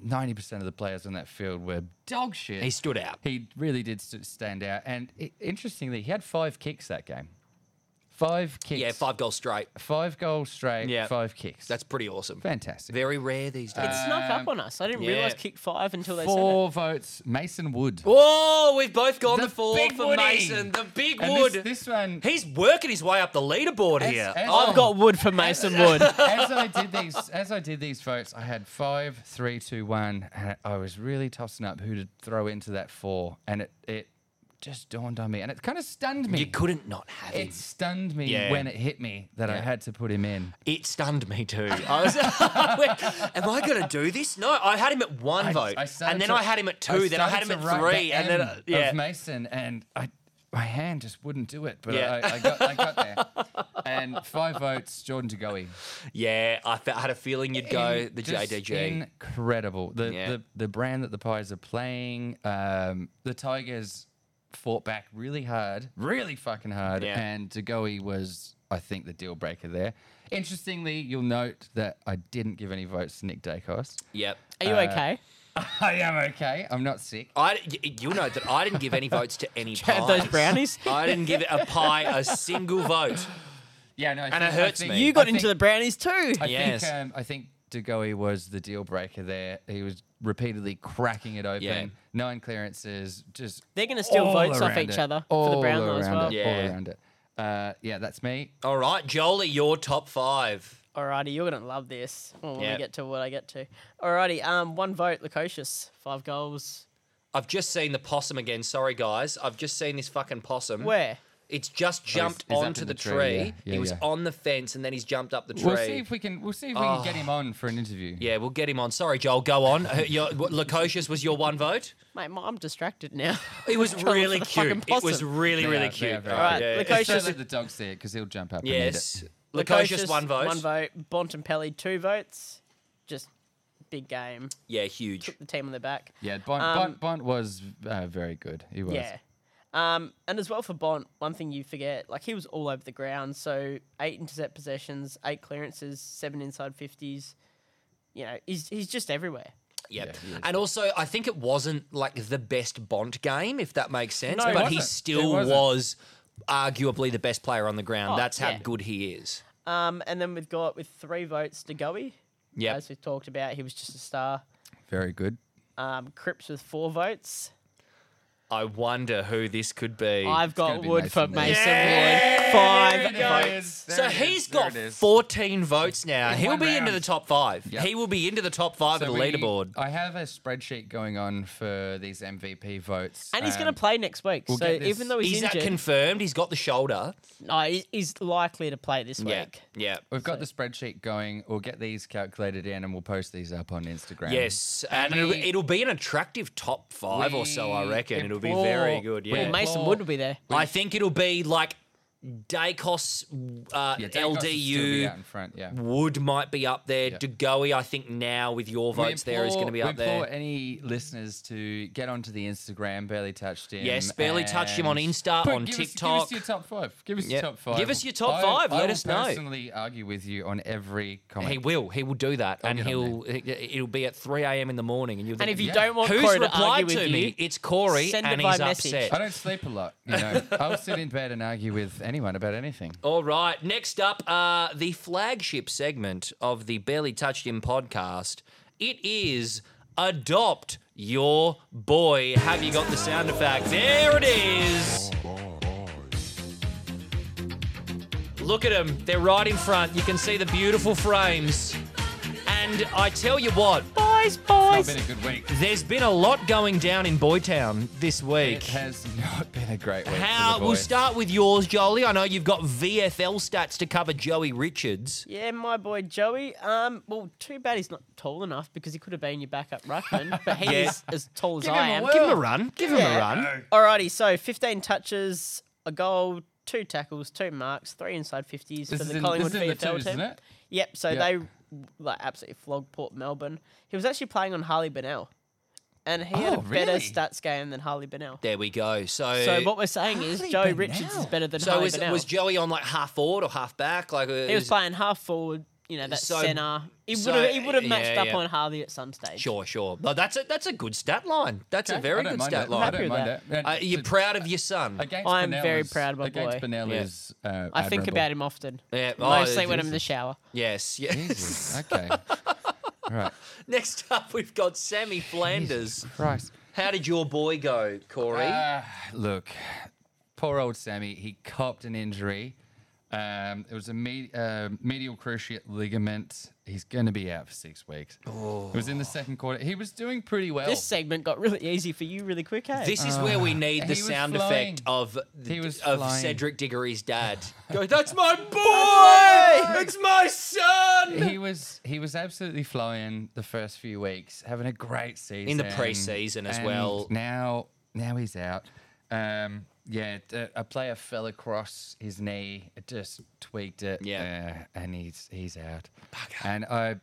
90% of the players on that field were dog shit, He stood out. he really did st- stand out. And i interestingly, he had five kicks that game. Five kicks. Yeah, five goals straight. Five goals straight, Yeah. five kicks. That's pretty awesome. fantastic. Very rare these Uh, days. It snuck up on us. I didn't yeah. realize kick five until they said it. Four votes, Mason Wood. Whoa, we've both gone The the four big for Woody. Mason. The big And wood. This, this one, He's working his way up the leaderboard As- here. as- I've Oh. I've got wood for Mason Wood. as I did these, as I did these votes, I had five, three, two, one, and I was really tossing up who to throw into that four, and it it just dawned on me, and it kind of stunned me. You couldn't not have him. it stunned me Yeah. when it hit me that I Yeah. had to put him in. It stunned me too. I was, I went, Am I going to do this? No, I had him at one I- vote, I and started then to- I had him at two, then I had started him at to write the three, and then M uh, yeah. of Mason, and I my hand just wouldn't do it, but Yeah. I, I got I got there, and five votes, Jordan Degoe. Yeah, I, fe- I had a feeling you'd go in- the just JDG. Incredible. The, Yeah. the the brand that the Pies are playing. Um, the Tigers fought back really hard, really fucking hard, Yeah. and Degoe was, I think, the deal breaker there. Interestingly, you'll note that I didn't give any votes to Nick Dacos. Yep. Are you okay? I am okay. I'm not sick. I, y- you know that I didn't give any votes to any Had pies. those brownies? I didn't give a pie a single vote. Yeah, no, I it hurts me. You got I think- into the brownies too. I Yes. think um, I think Degoe was the deal breaker there. He was repeatedly cracking it open. Yeah. Nine clearances, just They're going to steal all votes off around each it. other for All the Brownlow as around well. It, Yeah. All around it. Uh, yeah, that's me. All right, Jolie, your top five. Alrighty, you're going to love this when Yep. we get to what I get to. Alrighty, um, one vote, Lukosius. Five goals. I've just seen the possum again. Sorry, guys. I've just seen this fucking possum. Where? It's just jumped Oh, he's up onto in the, the tree. tree, yeah. Yeah, he was yeah. on the fence and then he's jumped up the tree. We'll see if we can. We'll see if we can get him on for an interview. yeah, we'll get him on. Sorry, Joel, go on. Uh, Your, what, Lukosius was your one vote. Mate, my- I'm distracted now. It was Joel really was the fucking cute. It was possum. really, They really are- they cute. are very All right, good. Alright, yeah. Lukosius- It's so that the dog see it because he'll jump up. Yes. And eat Lukosius, one vote. One vote. Bontempelli, two votes. Just big game. Yeah, huge. The team on the back. it. Yeah, Bont, Um, Bont, Bont was uh, very good. He was. Yeah. Um, and as well for Bont, one thing you forget, like he was all over the ground. So eight intercept possessions, eight clearances, seven inside fifties. You know, he's he's just everywhere. Yeah. he is. and also, I think it wasn't like the best Bond game, if that makes sense. No, it but he wasn't. still It wasn't. was arguably the best player on the ground. Oh, That's how yeah. good he is. Um, and then we've got with three votes to Goey. Yep. As we've talked about, he was just a star. Very good. Um, Cripps with four votes. I wonder who this could be. I've gotta got be Wood for Mason Wood. Mason Yeah, Wood. there Five we go. votes. so he's got four. 14 votes now. In He'll one be into round. the top five. Yep. He will be into the top five of the we- leaderboard. I have a spreadsheet going on for these MVP votes. And he's going um, to play next week. we'll so get this- even though he's Is that injured, confirmed? He's got the shoulder. no, he- he's uh, likely to play this week. Yeah. We've got the spreadsheet going. We'll get these calculated in, and we'll post these up on Instagram. Yes. And we- it'll, it'll be an attractive top five or so, I we reckon. It'll be implore- very good. we Yeah. Mason Well, Wood will be there. I think it'll be like Dacos, uh, Yeah, Dacos would still be out LDU, in front. Yeah. Wood might be up there. Yeah. De Goey, I think now with your We votes there is going to be implore- up we implore there. any listeners to get onto the Instagram. Barely touched him. Yes, Barely Touched Him on and Insta, on give TikTok. Us, give us your top five. Give us Yep. your top five. Give us your top I- five, I let will us know. Personally, argue with you on every comment. He will. He will do that, and get on he'll. it- It'll be at three a.m. in the morning, and you'll. And if you Yeah. don't want who's Corey to argue replied with to you, me, it's Corey, send it and by he's message. upset. I don't sleep a lot. You know, I'll sit in bed and argue with anyone about anything. All right. Next up, uh, the flagship segment of the Barely Touched Him podcast. It is Adopt Your Boy. Have you got the sound effect? There it is. Look at them. They're right in front. You can see the beautiful frames. And I tell you what, boys, It's not boys. been a good week. there's been a lot going down in Boytown this week. It has not been a great week. How for the we'll boys. start with yours, Jolie. I know you've got VFL stats to cover Joey Richards. Yeah, my boy Joey. Um, well, too bad he's not tall enough because he could have been your backup ruckman, but he Yeah. is as tall as Give I him, am. a, give him a run. Give him Yeah. a run. Alrighty, so 15 touches, a goal, two tackles, two marks, three inside This 50s for is the in- Collingwood this is in the VFL twos, team. isn't it? Yep, so Yeah. they like, absolutely flogged Port Melbourne. He was actually playing on Harley Bennell, and he had a Oh, better really? stats game than Harley Bennell. There we go. So, So what we're saying is Harley Joey Bennell. Richards is better than so Harley was, Bennell. was Joey on like half forward or half back? Like uh, he was is- playing half forward, you know, that So- centre. He so, would have he would have yeah, matched up yeah. on Harley at some stage. Sure, sure. Well, that's a that's a good stat line. That's a Okay, I very don't good mind stat it. I line. Happy don't with mind that. it. Uh, you're proud of your son. Against I am very Benell is- proud of my against boy. Benell Yeah. is, uh, I think admirable. about him often, Yeah, oh, mostly when I'm in the Jesus. shower. Yes, yes. Jesus. Okay. All right. Next up, we've got Sammy Flanders. Christ. How did your boy go, Corey? Uh, look, poor old Sammy. He copped an injury. Um, it was a me- uh, medial cruciate ligament. He's going to be out for six weeks. It was in the second quarter. He was doing pretty well. This segment got really easy for you really quick, hey? Oh. This is where we need Ah. he the was sound flying. effect of He was of flying. Cedric Diggory's dad. Go, that's my boy! it's my son! he was he was absolutely flowing the first few weeks, having a great season the preseason as and well. Now now he's out. Um, yeah, t- a, player fell across his knee, it just tweaked it. Yeah. uh, and he's he's out. And I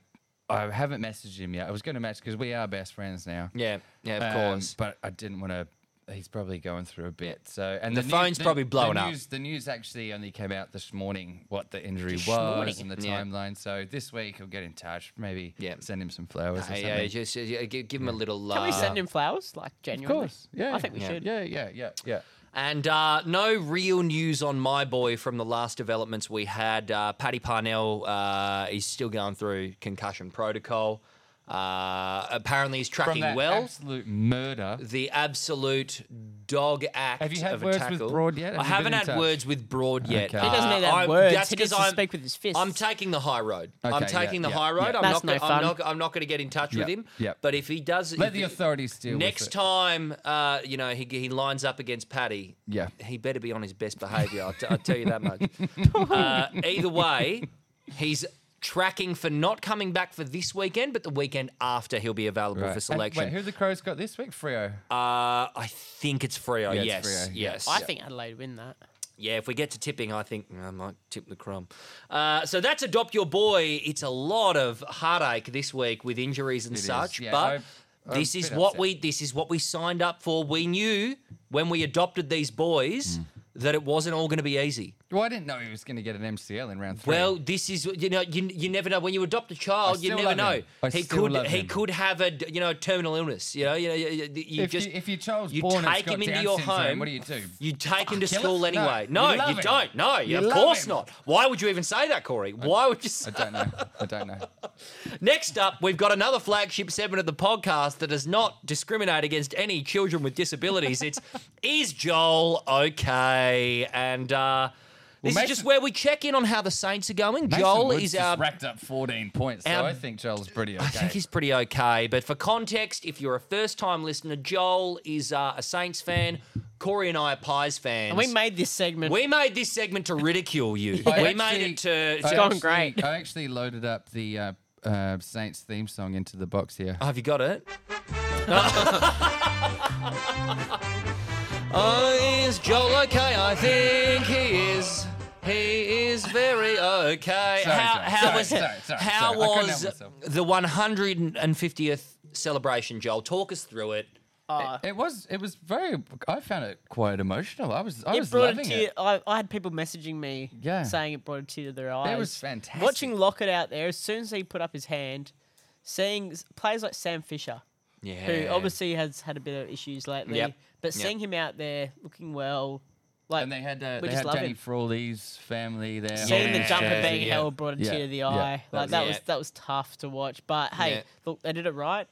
I haven't messaged him yet. I was going to message because we are best friends now. Yeah, yeah, of Um, course. But I didn't want to. He's probably going through a bit. So and The new- phone's probably blowing the up. news, The news actually only came out this morning what the injury was morning. and the Yeah. timeline. So this week I'll get in touch. Maybe Yeah. send him some flowers. or Hey, something. yeah, just uh, yeah, give, give him a little Can love. we send him flowers? Like genuinely? course, yeah. I think we Yeah. should. yeah, yeah, yeah, yeah. And uh, no real news on my boy from the last developments we had. Uh, Paddy Parnell uh, is still going through concussion protocol. Uh, apparently, he's From tracking that well. absolute murder. the absolute dog act. Have you had of words with a tackle. Broad yet? I Have you haven't been in had touch? words with Broad yet. Okay. He doesn't need to have I'm- words. That's He needs because to I'm speak with his fists. I'm taking the high road. I'm Okay, yeah, taking the yeah, high road. yeah. I'm not. That's no gonna, I'm fun. not. I'm not going to get in touch with Yeah, him. yeah. But if he does, Let if the he- authorities deal with Next it. time, uh, you know, he, he lines up against Paddy. Yeah. He better be on his best behaviour. I'll, t- I'll tell you that much. uh, either way, he's tracking for not coming back for this weekend, but the weekend after he'll be available Right. for And selection. wait, who the Crows got this week? Frio. uh, I think it's Freo. Yeah, it's yes. Freo, yeah. Yes. I think Adelaide win that. Yeah, if we get to tipping, I think mm, I might tip the crumb. Uh, so that's adopt your boy. It's a lot of heartache this week with injuries and is, such, yeah. but I'm- I'm this a is bit what upset. we this is what we signed up for. We knew when we adopted these boys Mm. that it wasn't all going to be easy. Well, I didn't know he was going to get an MCL in round three. Well, this is you know you, you never know when you adopt a child, you still never love know. him. I He still could love he him. could have a you know terminal illness. You know you, know, you, you- you if, just you, if your child's you born and take got him into Down your syndrome, home, what do you do? You take him to kill school it? No, anyway. you No, you, love him. don't. No, You of love course him. not. Why would you even say that, Corey? Why would you say I don't know. I don't know. Next up, we've got another flagship segment of the podcast that does not discriminate against any children with disabilities. It's Is Joel okay? And uh, this is Mason- just where we check in on how the Saints are going. Mason Joel Woods is just our racked up 14 points, so our- I think Joel's pretty okay. I think he's pretty okay. But for context, if you're a first time listener, Joel is uh, a Saints fan. Corey and I are Pies fans. And we made this segment. We made this segment to ridicule you. we I made actually- it to. I to- gone actually- great. I actually loaded up the uh, uh, Saints theme song into the box here. Oh, have you got it? oh, is Joel okay? I think he is. very okay. Sorry, how sorry, how sorry, was sorry, sorry, how sorry. I couldn't help was myself. the 150th celebration, Joel? Talk us through it. Oh, It was. It was very. I found it quite emotional. I was. I it was brought it loving to. it. I, I had people messaging me, Yeah. saying it brought it to their eyes. was fantastic. Watching Lockett out there, as soon as he put up his hand, seeing s- players like Sam Fisher, Yeah. who obviously has had a bit of issues lately, Yep. but Yep. seeing him out there looking well, like And they had. Uh, we they just had love Danny it. Frawley's family there. Seeing the Yeah. jumper Yeah. being held brought a Yeah. tear to the Yeah. eye. That Like was that it. was that was tough to watch. But hey, Yeah. look, they did it right.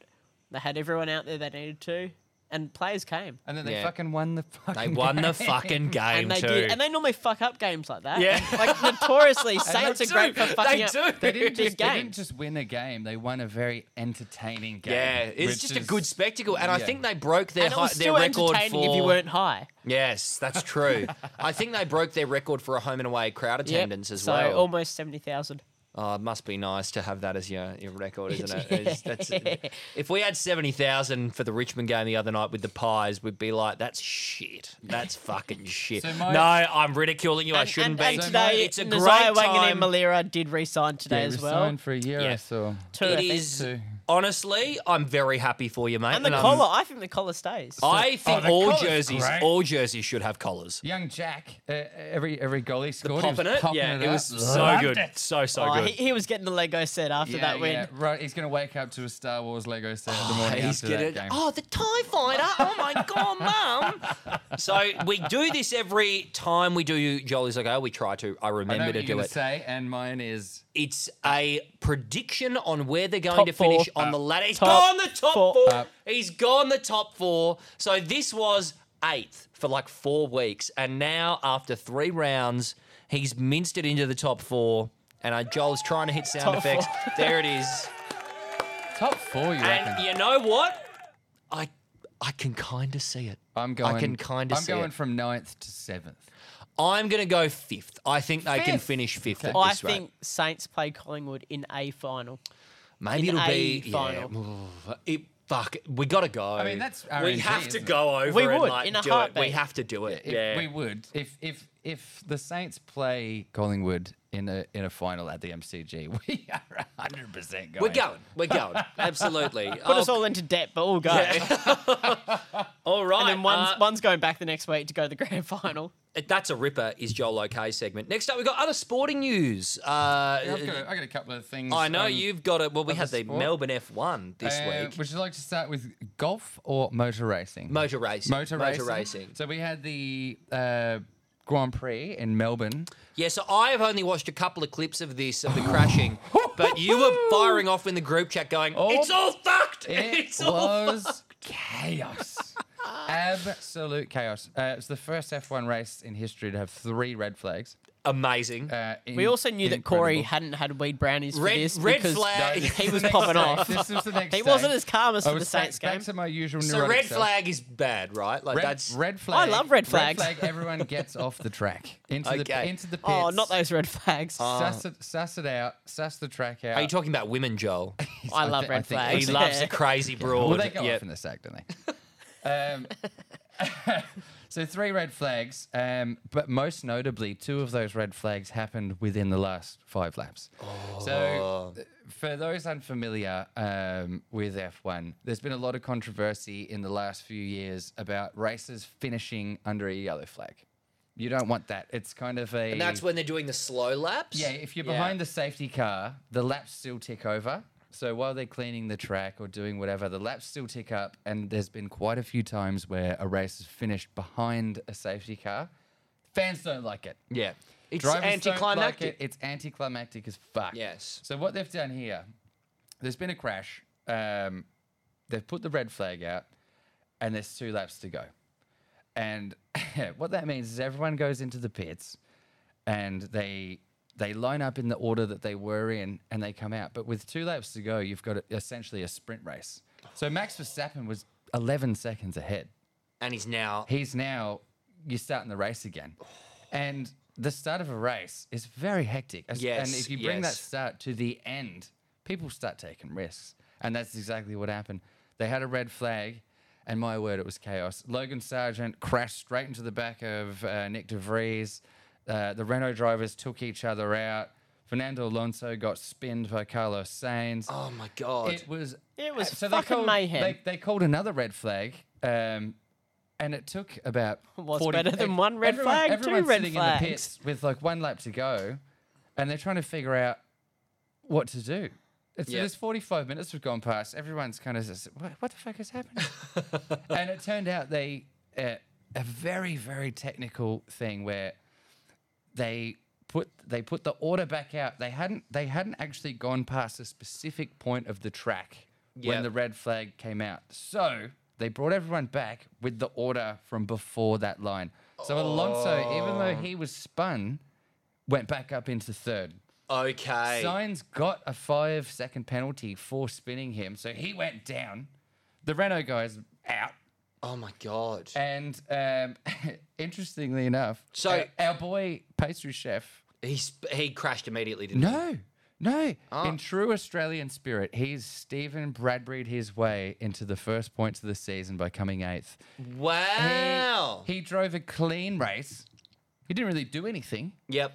They had everyone out there they needed to, and players came. And then they Yeah. fucking won the fucking. they won the game. fucking game And they too. did, and they normally fuck up games like that. Yeah. like notoriously, Saints They are great do. for fucking They up. do. They didn't, Big just, they didn't games. just win a game. They won a very entertaining game. yeah, it's which just a is- good spectacle, and I yeah. think they broke their And it hi- was their still record entertaining for. if you weren't high. Yes, that's true. I think they broke their record for a home and away crowd Yep. attendance as so well. almost seventy thousand. Oh, it must be nice to have that as your, your record, isn't it? It's- that's- if we had 70,000 for the Richmond game the other night with the Pies, we'd be like, that's shit. That's fucking shit. So my- no, I'm ridiculing you. I And- shouldn't and, be. And So today, my- it's a great Nazai Wangan time. and Malira did resign today Yeah, as we well. signed for a year Yeah. or so. Two, I It think. is, Two. honestly, I'm very happy for you, mate. And the I'm- collar, Oh, I think the collar stays. I think the all collar's jerseys, great. all jerseys should have collars. Young Jack, uh, every every goal he scored, he was Popping it, popping yeah, it, up. was so Loved good, it. so so Oh, good. he, he was getting the Lego set after Yeah, that win. yeah, right. He's gonna wake up to a Star Wars Lego set in the morning Oh, He's after that game. gonna- Oh, the Tie Fighter! Oh my god, Mum! So we do this every time we do Jolly's Like Oh. We try to. I I know remember what to you're do gonna it. say, and mine is It's a prediction on where they're going Top to finish four. on the ladder. He's Top gone the top four. 4 Uh, He's gone the top four. So this was eighth for like four weeks, and now after three rounds, he's minced it into the top four. And uh, Joel's trying to hit sound Top effects. There it is. top four. You And reckon? you know what? I I can kind of see it. I'm going. I can kind of I'm see going it. from ninth to seventh. I'm going to go fifth. I think they can Fifth? finish fifth at Oh, I this rate. think Saints play Collingwood in a final. Maybe in it'll be a final. Yeah, it, fuck, we got to go. I mean, that's we RNG, have to isn't it? go over. We and, would, like, in a do it. We heartbeat. have to do it. If Yeah. we would. If if if the Saints play Collingwood in a in a final at the MCG, we are hundred percent going. We're going. We're going. Absolutely. Put us all into debt, but all go. all right. And then one's, uh, one's going back the next week to go to the grand final. that's a ripper. Is Joel okay? Segment. Next up, we've got other sporting news. Yeah, I've Uh, got, a, I've got a couple of things. I know um, you've got it. Well, we other had the sport? Melbourne F1 this uh, week. Would you like to start with golf or motor racing? Motor racing. Motor racing. So we had the uh, Grand Prix in Melbourne. Yeah, so I have only watched a couple of clips of this of the crashing, but you were firing off in the group chat going, Oh. "It's all fucked! It it's all fucked!" was chaos. Absolute chaos. Uh, it's the first F1 race in history to have three red flags. amazing." Uh, We also knew that Corey incredible. hadn't had weed brownies for Red- this. red because flag. No, this He The was next popping day- off. This was the next He wasn't day. as calm as I for the was back- Saints game. Back to my usual so neurotic red self. flag is bad, right? Like Red, that's red flag. love red flags. Red flag. Everyone gets off the track into the Okay. into the pits. Oh, Oh, not those red flags. Suss it, suss it out. Suss the track out. Are you talking about women, Joel? I love thi- I red think- I He flags. think- loves the crazy broad. Well, they go Yep. off in the sack, don't they? um, so three red flags, um, but most notably, two of those red flags happened within the last five laps. So, uh, for those unfamiliar um, with F1, there's been a lot of controversy in the last few years about races finishing under a yellow flag. You don't want that. It's kind of a and that's when they're doing the slow laps. yeah, if you're Yeah. behind the safety car, the laps still tick over. So while they're cleaning the track or doing whatever, the laps still tick up. And there's been quite a few times where a race is finished behind a safety car. Fans don't like it. yeah. It's Drivers don't anticlimactic. Like it. It's anticlimactic as fuck. Yes. So what they've done here, there's been a crash. Um, they've put the red flag out, and there's two laps to go. And what that means is everyone goes into the pits, and they they line up in the order that they were in, and they come out. But with two laps to go, you've got essentially a sprint race. So Max Verstappen was 11 seconds ahead And he's now he's now you're starting the race again. And the start of a race is very hectic. As- Yes, and if you bring that yes. start to the end, people start taking risks. And that's exactly what happened. They had a red flag, and my word, it was chaos. Logan Sargent crashed straight into the back of uh, Nick DeVries. Uh, the Renault drivers took each other out. Fernando Alonso got spinned by Carlos Sainz. Oh my god. It was It was uh, fucking called, mayhem. They, they called another red flag, um, and it took about What's 40 better than e- one red everyone- flag, two Everyone's red sitting flags? in the pits with like one lap to go, and they're trying to figure out what to do. It's, Yeah. There's 45 minutes have gone past. Everyone's kind of just, what, what the fuck is happening? and it turned out they uh, a very very technical thing where they put they put the order back out. They hadn't they hadn't actually gone past a specific point of the track Yeah. when the red flag came out. So they brought everyone back with the order from before that line. So Alonso, even though he was spun, went back up into third. okay. Signs got a five second penalty for spinning him, so he went down. The Renault guys out, oh my god. and um, interestingly enough, So- our, our boy pastry chef. He sp- he crashed immediately, didn't he? No, no. Ah. In true Australian spirit, he's Stephen Bradbury his way into the first points of the season by coming eighth. He- Wow. he drove a clean race. He didn't really do anything, yep.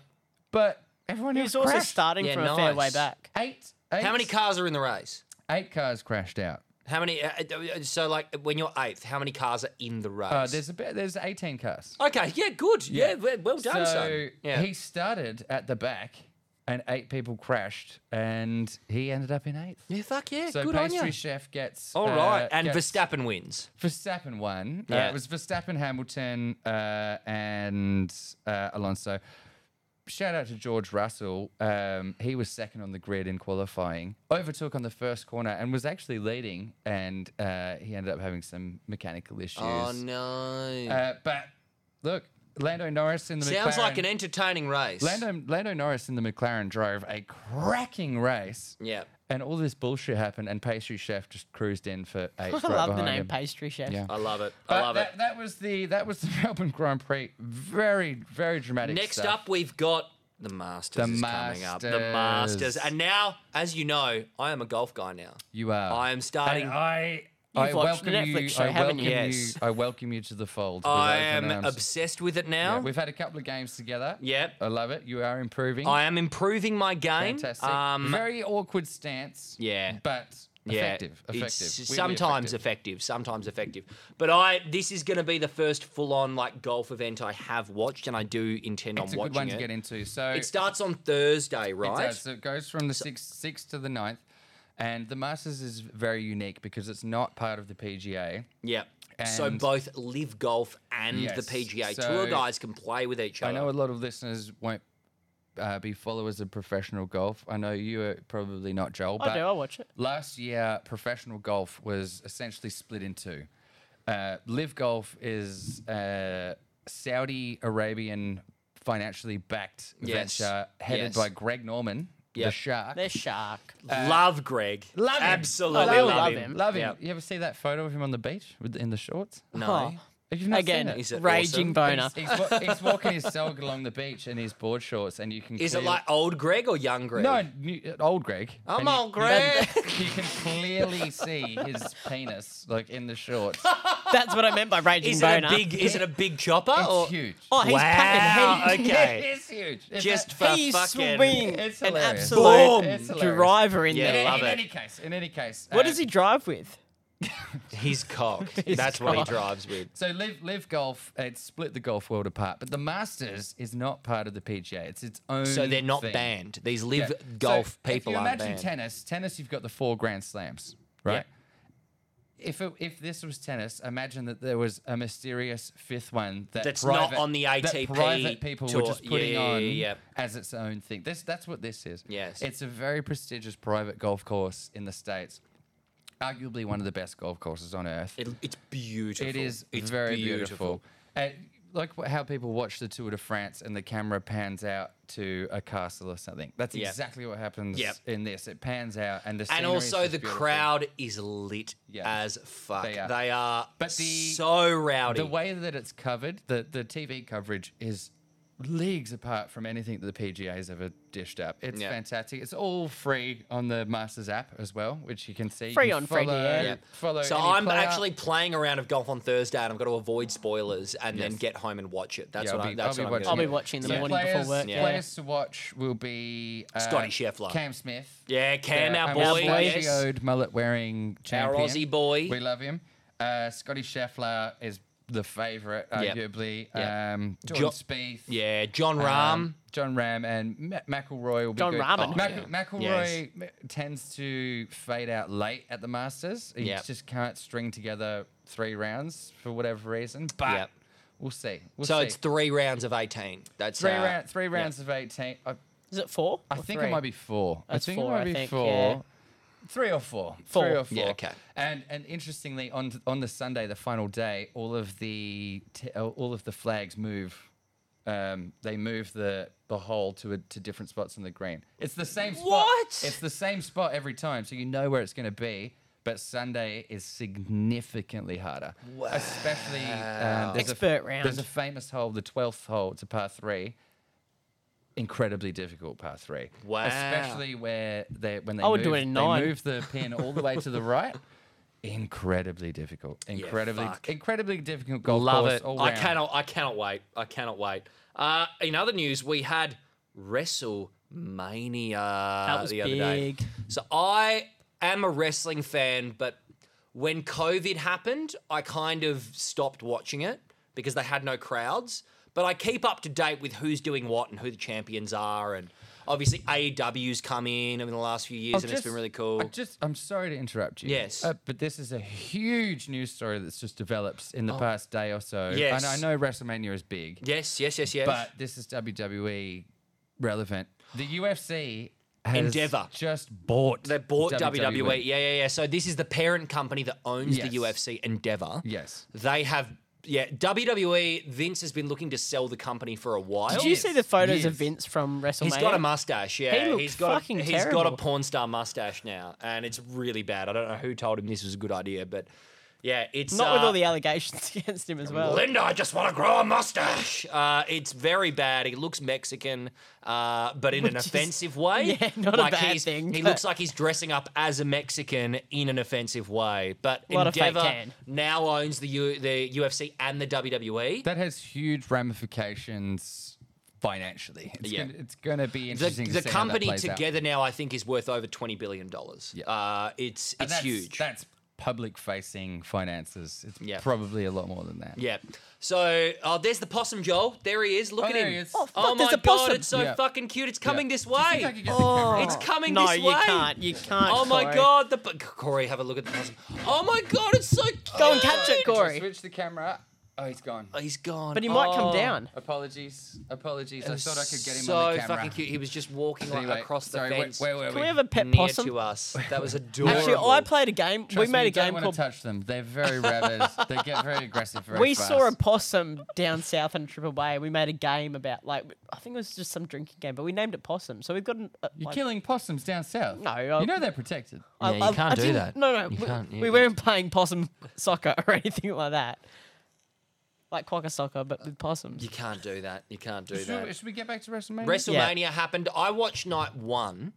but everyone He else was also crashed. starting Yeah, from a fair way nice. back. eight, eight. How many cars are in the race? Eight cars crashed out. How many? Uh, uh, so, like, when you're eighth, how many cars are in the race? Uh, there's a bit, there's 18 cars. okay, yeah, good. Yeah, well, Oh, well so done, son. Yeah. he started at the back, and eight people crashed, and he ended up in eighth. yeah, fuck yeah, So good on pastry you. chef gets All uh, right, and gets- Verstappen wins. Verstappen won. Uh, Yeah. it was Verstappen, Hamilton, uh, and uh, Alonso. Shout out to George Russell. Um, he was second on the grid in qualifying, overtook on the first corner, and was actually leading. And uh, he ended up having some mechanical issues. Oh no! uh, but look, Lando Norris in the Sounds like McLaren- an entertaining race. Lando, Lando Norris in the McLaren drove a cracking race, Yeah. and all this bullshit happened. And pastry chef just cruised in for eight. I right love the behind name him. pastry chef. Oh, Yeah. I love it. I But love that, it. that was the that was the Melbourne Grand Prix. Very very dramatic. Next stuff. up, we've got the Masters The is coming up. The Masters, Masters. and now, as you know, I am a golf guy now. you are. I am starting. And I. You've I watched welcome the Netflix you. show, I haven't welcome you? you. Yes. I welcome you to the fold. with I open am arms. obsessed with it now. Yeah, we've had a couple of games together. Yep. I love it. You are improving. I am improving my game. Um, Fantastic. Very awkward stance. Yeah. But effective. it's effective. Really sometimes effective. effective. sometimes effective. But I this is going to be the first full-on like golf event I have watched, and I do intend It's on a watching good one it. to get into. So It starts on Thursday, It right? does. So it goes from the sixth, sixth to the ninth, and the Masters is very unique because it's not part of the PGA. Yep. so And- both Live Golf and the Yes. PGA So- Tour guys can play with each other. I know a lot of listeners won't uh, be followers of professional golf. I know you are probably not, Joel. But I do. I watch it. Last year, professional golf was essentially split in two. Uh, Live Golf is uh, Saudi Arabian financially backed Yes. venture headed Yes. by Greg Norman, Yep. the shark. They're shark. love Greg. Love him. Absolutely I will love, love him. him. Love him. Yep. You ever see that photo of him on the beach with in the shorts? No. Oh. If you've not Again, seen it, Is it awesome? raging boner. He's, he's wa- he's walking his dog along the beach in his board shorts, and you can. Is it clearly- like old Greg or young Greg? no new, uh, old Greg? I'm and you- old you can- Greg. You can clearly see his penis, like in the shorts. That's what I meant by raging Is it boner. a big? Is it a big chopper? or? It's huge. Oh, he's wow. packing heat. okay. it is huge. It's Just a- for He's fucking. swinging It's an hilarious. absolute Boom. It's hilarious. driver in Yeah. in, there. love in it. any case, in any case, What uh, does he drive with? He's cocked. That's what he cocked. drives with. So live live golf it split the golf world apart, but the Masters is not part of the PGA. It's its own. So they're not thing. banned. These live Yeah. So golf people If you aren't imagine banned. tennis, tennis you've got the four Grand Slams, right? If it, if this was tennis, imagine that there was a mysterious fifth one that That's not private, on the ATP that private people tour. were just Yeah, putting yeah, yeah, on yeah. as its own thing. This that's what this is. Yes. it's a very prestigious private golf course in the states, arguably one of the best golf courses on earth. It- it's beautiful. It is It's very beautiful. Uh, like wh- how people watch the Tour de France and the camera pans out to a castle or something. That's Yep. exactly what happens Yep. in this. It pans out and the And scenery is also, just the beautiful. crowd is lit Yes. as fuck. They They are, are. but But the- so rowdy. The way that it's covered, the the TV coverage is leagues apart from anything that the PGA's ever dished up. It's Yeah. fantastic. It's all free on the Masters app as well, which you can see. You Free can on Freddie, yeah. Yeah. Follow so any I'm player. actually playing a round of golf on Thursday, and I've got to avoid spoilers and then Yes. get home and watch it. That's Yeah, I'll what I, be- that's I'll what be I'm gonna I'll be do. watching in the Yeah. morning Players- before work. yeah. Yeah. Players to watch will be uh, Scotty Scheffler. Cam Smith. Uh, Yeah, Cam, our our boy, yes. mustachioed, mullet wearing champion. Aussie boy. We love him. Uh, Scotty Scheffler is the favourite, Yep. arguably. Yep. Um, Jordan Jo- Spieth. Yeah, John um, Rahm. John Ram and Ma- McElroy will be John good. Rahm. Oh, Mac- yeah. McElroy m- tends to fade out late at the Masters. He Yep. just can't string together three rounds for whatever reason. But Yep. we'll see. We'll so see. it's three rounds of 18. That's three, uh, round, three rounds of 18. I, Is it four? I or think three? it might be four. That's I think four, it I might be think, four. yeah. Three or four. Four. Three or four. Yeah, okay. And and interestingly, on on the Sunday, the final day, all of the t- uh, all of the flags move. Um, they move the the hole to a, to different spots on the green. It's the same spot. What? It's the same spot every time, so you know where it's going to be. But Sunday is significantly harder, especially um, there's a, Expert round. There's a famous hole, the twelfth hole. It's a par three incredibly difficult par three. Wow. Especially where they when they, I would move, do it in they nine. move the pin all the way to the right. Incredibly difficult. Incredibly fuck. incredibly difficult golf Love course Oh, it. all I round. cannot. I cannot wait. I cannot wait. Uh, in other news, we had WrestleMania That was the other day. big. So I am a wrestling fan, but when COVID happened, I kind of stopped watching it because they had no crowds. But I keep up to date with who's doing what and who the champions are, and obviously AEW's come in over the last few years, I've and it's just- been really cool. I just, I'm sorry to interrupt you. Yes. Uh, but this is a huge news story that's just developed in the past day or so. Oh. Yes. And I know WrestleMania is big. yes, yes, yes, yes. But this is WWE relevant. The UFC has Endeavour. just bought. E. They bought E. WWE. E. Yeah, yeah, yeah. So this is the parent company that owns Yes. the UFC, Endeavor. Yes. They have, yeah, WWE. Vince has been looking to sell the company for a while. Did you see the photos of Yes. Vince from WrestleMania? He's got a mustache, yeah. He looked has got fucking a, He's got a terrible. porn star mustache now, and it's really bad. I don't know who told him this was a good idea, but yeah, it's Not with uh, all the allegations against him as well. Linda, I just want to grow a mustache. Uh, it's very bad. He looks Mexican, uh, but in an Which is- offensive way. yeah, not a like bad he's- thing, He but- looks like he's dressing up as a Mexican in an offensive way. But Lot of fake Endeavor tan. now owns the U- the UFC and the E. WWE. That has huge ramifications financially. It's Yeah. gonna, it's going to be the interesting. to the see how that company plays out. together now, I think, is worth over twenty billion dollars. Yeah. Uh, it's And it's that's, huge. That's public-facing finances. It's Yeah. probably a lot more than that. Yeah. So, oh, there's the possum, Joel. There he is. Look Oh, at there him. he is. Oh, Oh, fuck, my there's a god, possum. it's so Yeah. fucking cute. It's coming this way. Oh, Do you think I could get the Oh. camera It's up? coming no, this you way. can't. You can't. Oh my Corey. god, the p- Corey, have a look at the possum. Oh my god, it's so cute. Go and catch it, Corey. Switch the camera. up. Oh, he's gone. Oh, he's gone. But he might Oh. come down. Apologies. Apologies. I It was thought I could get him so on the camera. fucking cute. He was just walking like, Anyway, across the sorry, where- fence Where, were Can we? we have a pet near possum? to us. That was adorable. Actually, I played a game. Trust we me, made you a game don't called. want to touch them. They're very rabid. they get very aggressive. Very we fast. saw a possum down south in Triple Bay. We made a game about like I think it was just some drinking game, but we named it possum. So we've got an. Uh, You're like- killing possums down south. No, I- you know they're protected. I- Yeah, you I- can't I do didn't- that. No, no, You we, can't, yeah, we you- weren't playing possum soccer or anything like that. Like quokka soccer, but with possums. you can't do that. You can't do Should, that. we- should we get back to WrestleMania? WrestleMania happened. I watched night one.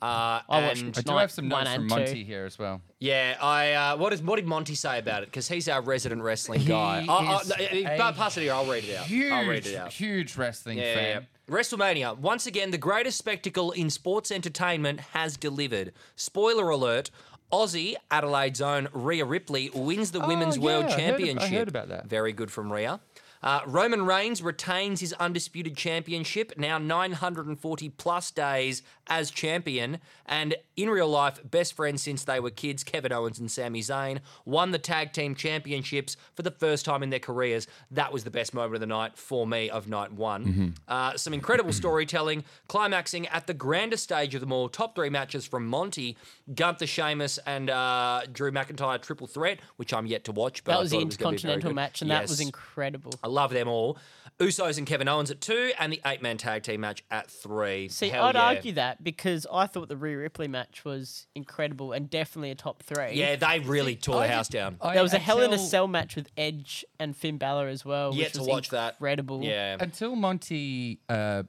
Uh, I watched- and I do Night have some one notes from and two. Monty here as well. yeah, I uh, what is what did Monty say about it? Because he's our resident wrestling guy. He I, I, is no, a but pass it here. I'll read it out. Huge, I'll read it out. huge wrestling Yeah, yeah, fan. yeah. WrestleMania, once again, the greatest spectacle in sports entertainment has delivered. Spoiler alert. Aussie, Adelaide's own Rhea Ripley, wins the Women's Oh, yeah, I World heard ab- I Championship. heard about that. Very good from Rhea. Uh, Roman Reigns retains his undisputed championship, now 940 plus days as champion. And in real life, best friends since they were kids, Kevin Owens and Sami Zayn, won the tag team championships for the first time in their careers. That was the best moment of the night for me of night one. Uh, some incredible storytelling, climaxing at the grandest stage of them all. Top three matches from Monty, Gunther, Sheamus, and uh, Drew McIntyre triple threat, which I'm yet to watch. But That I was the thought it gonna be very intercontinental good. match, and that was Yes. incredible. I I love them all. Usos and Kevin Owens at two, and the eight man tag team match at three. See, Hell I'd yeah. argue that because I thought the Rhea Ripley match was incredible and definitely a top three. Yeah, they really tore the house down. I- There was a Hell in a until- Cell match with Edge and Finn Balor as well. Yet which to was watch that. Incredible. yeah. Until Monty uh,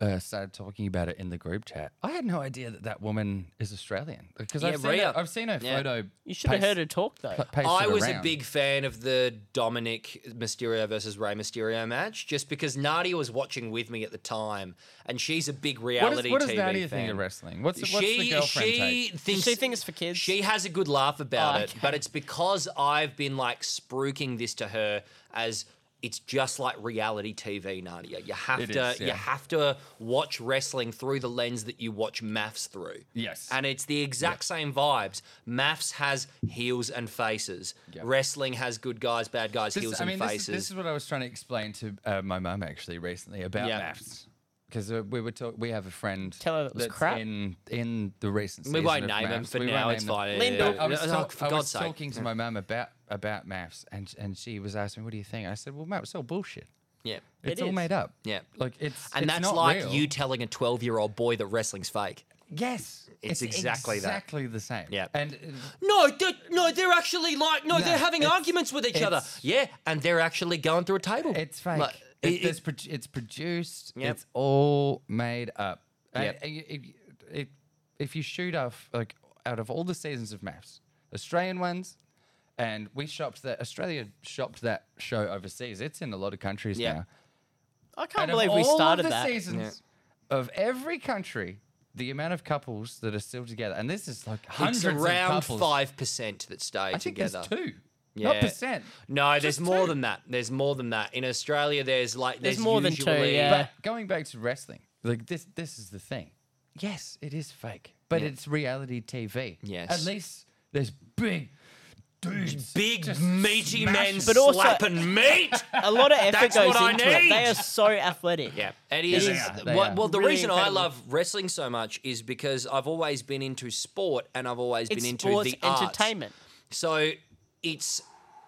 uh, started talking about it in the group chat, I had no idea that that woman is Australian because Yeah, I've, seen Rhea. her, I've seen her Yeah. photo. You should have paste- heard her talk though. pa- pasted I was a around. big fan of the Dominic Mysterio versus Rey Mysterio match, just because Nadia was watching with me at the time, and she's a big What reality is, what does TV Nadia fan. think of wrestling? What's, what's the she girlfriend she take? thinks she think it's for kids? She has a good laugh about Oh, it, okay. but it's because I've been like spruiking this to her as it's just like reality TV, Nadia. You have It to is, you yeah. have to watch wrestling through the lens that you watch maths through. Yes. And it's the exact same vibes. Maths has heels and faces. Yeah. Wrestling has good guys, bad guys, This- heels I mean, and this faces. is, this is what I was trying to explain to uh, my mum actually recently about Yeah. maths. Because uh, we were talk- we have a friend Tell her it was that's crap. in in the recent we season won't of name them maths. for We won't now. name It's them. fine. Linda- Yeah, But I was, yeah, yeah. talk- for I God's was sake. talking to my mum about about maths, and and she was asking, "What do you think?" I said, "Well, maths all bullshit. Yeah. It's It all is. made up. Yeah. like it's And it's that's not like real. you telling a 12 year old boy that wrestling's fake. Yes, It's exactly that. Exactly the same. Yeah. and uh, No, they're, no, they're actually like, no, No, they're having it's- arguments with each other. it's- Yeah, and they're actually going through a table. it's fake. Like, It- it- it's, produ- it's produced. Yep. It's all made up. And- Yep. and you- if you- if- if you shoot off like out of all the seasons of maths, Australian ones. And we shopped that Australia shopped that show overseas. It's in a lot of countries Yeah. now. I can't Out of believe we all started of the that. seasons of every country, the amount of couples that are still together, and this is like hundreds it's around of couples. five percent that stay I think there's together. two, Yeah. not percent. No, there's Just more two. than that. There's more than that. In Australia, there's like There's there's, more than two, usually, yeah. But going back to wrestling, like this, this is the thing. Yes, it is fake, but it's reality TV. Yes. at least there's big dudes, Big just meaty men smashing. But also- slapping meat. A lot of effort That's goes what I into it. need. They are so athletic. Yeah, it Yeah, is. they are, they what, are. well, the Really reason incredible. I love wrestling so much is because I've always been into sport and I've always It's been into sports the arts. entertainment. So it's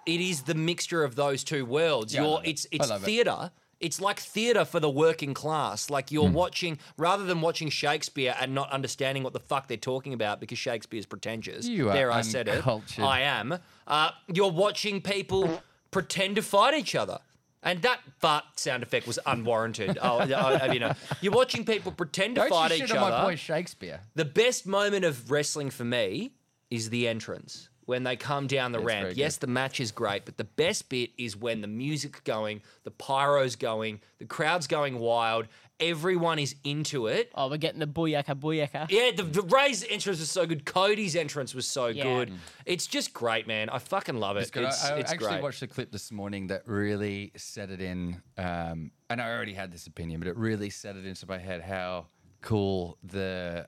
it is the mixture of those two worlds. Yeah, I You're love it. it's I it's love it. theatre. It's like theatre for the working class. Like Hmm. you're watching rather than watching Shakespeare and not understanding what the fuck they're talking about because Shakespeare's pretentious. You are there, I said it. uncultured. I am. Uh, you're watching people pretend to fight each other. And that fart sound effect was unwarranted. oh, I, I- you know, you're watching people pretend to Don't fight you each shit other. on my boy Shakespeare. The best moment of wrestling for me is the entrance when they come down the very ramp. good. Yes, the match is great, but the best bit is when the music's going, the pyro's going, the crowd's going wild, everyone is into it. Oh, we're getting the booyaka booyaka. Yeah, the, the Ray's entrance was so good. Cody's entrance was so Yeah. good. It's just great, man. I fucking love it. It's good. I- It's, I, it's actually great. watched a clip this morning that really set it in, um, and I already had this opinion, but it really set it into my head how cool the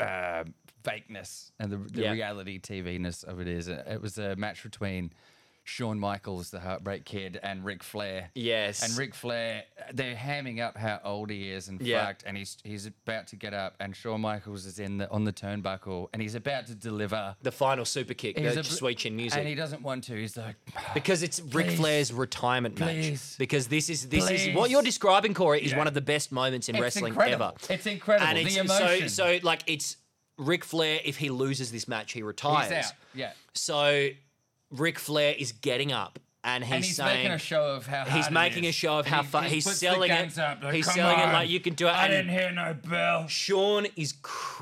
um fakeness and the, the Yeah. reality TV-ness of it is. It was a match between Shawn Michaels, the Heartbreak Kid, and Ric Flair. Yes. And Ric Flair, they're hamming up how old he is and Yeah. fucked, and he's he's about to get up, and Shawn Michaels is in the on the turnbuckle, and he's about to deliver. the final super kick, He's the a- sweet chin music. And he doesn't want to. He's like, "Ah, Because it's Ric Please. Flair's retirement Please. match. Because this is this is Please. what you're describing, Corey, is Yeah. one of the best moments in It's wrestling incredible. ever. It's incredible. And The it's emotion. so so like it's Ric Flair. If he loses this match, he retires. He's out. Yeah. So Ric Flair is getting up and he's, And he's saying making a show of how he's hard it making a is. show of how He- fu- he he's puts the selling it. guns up, like, He's "Come selling it like on, you can do it," I and- didn't hear no bell. Sean is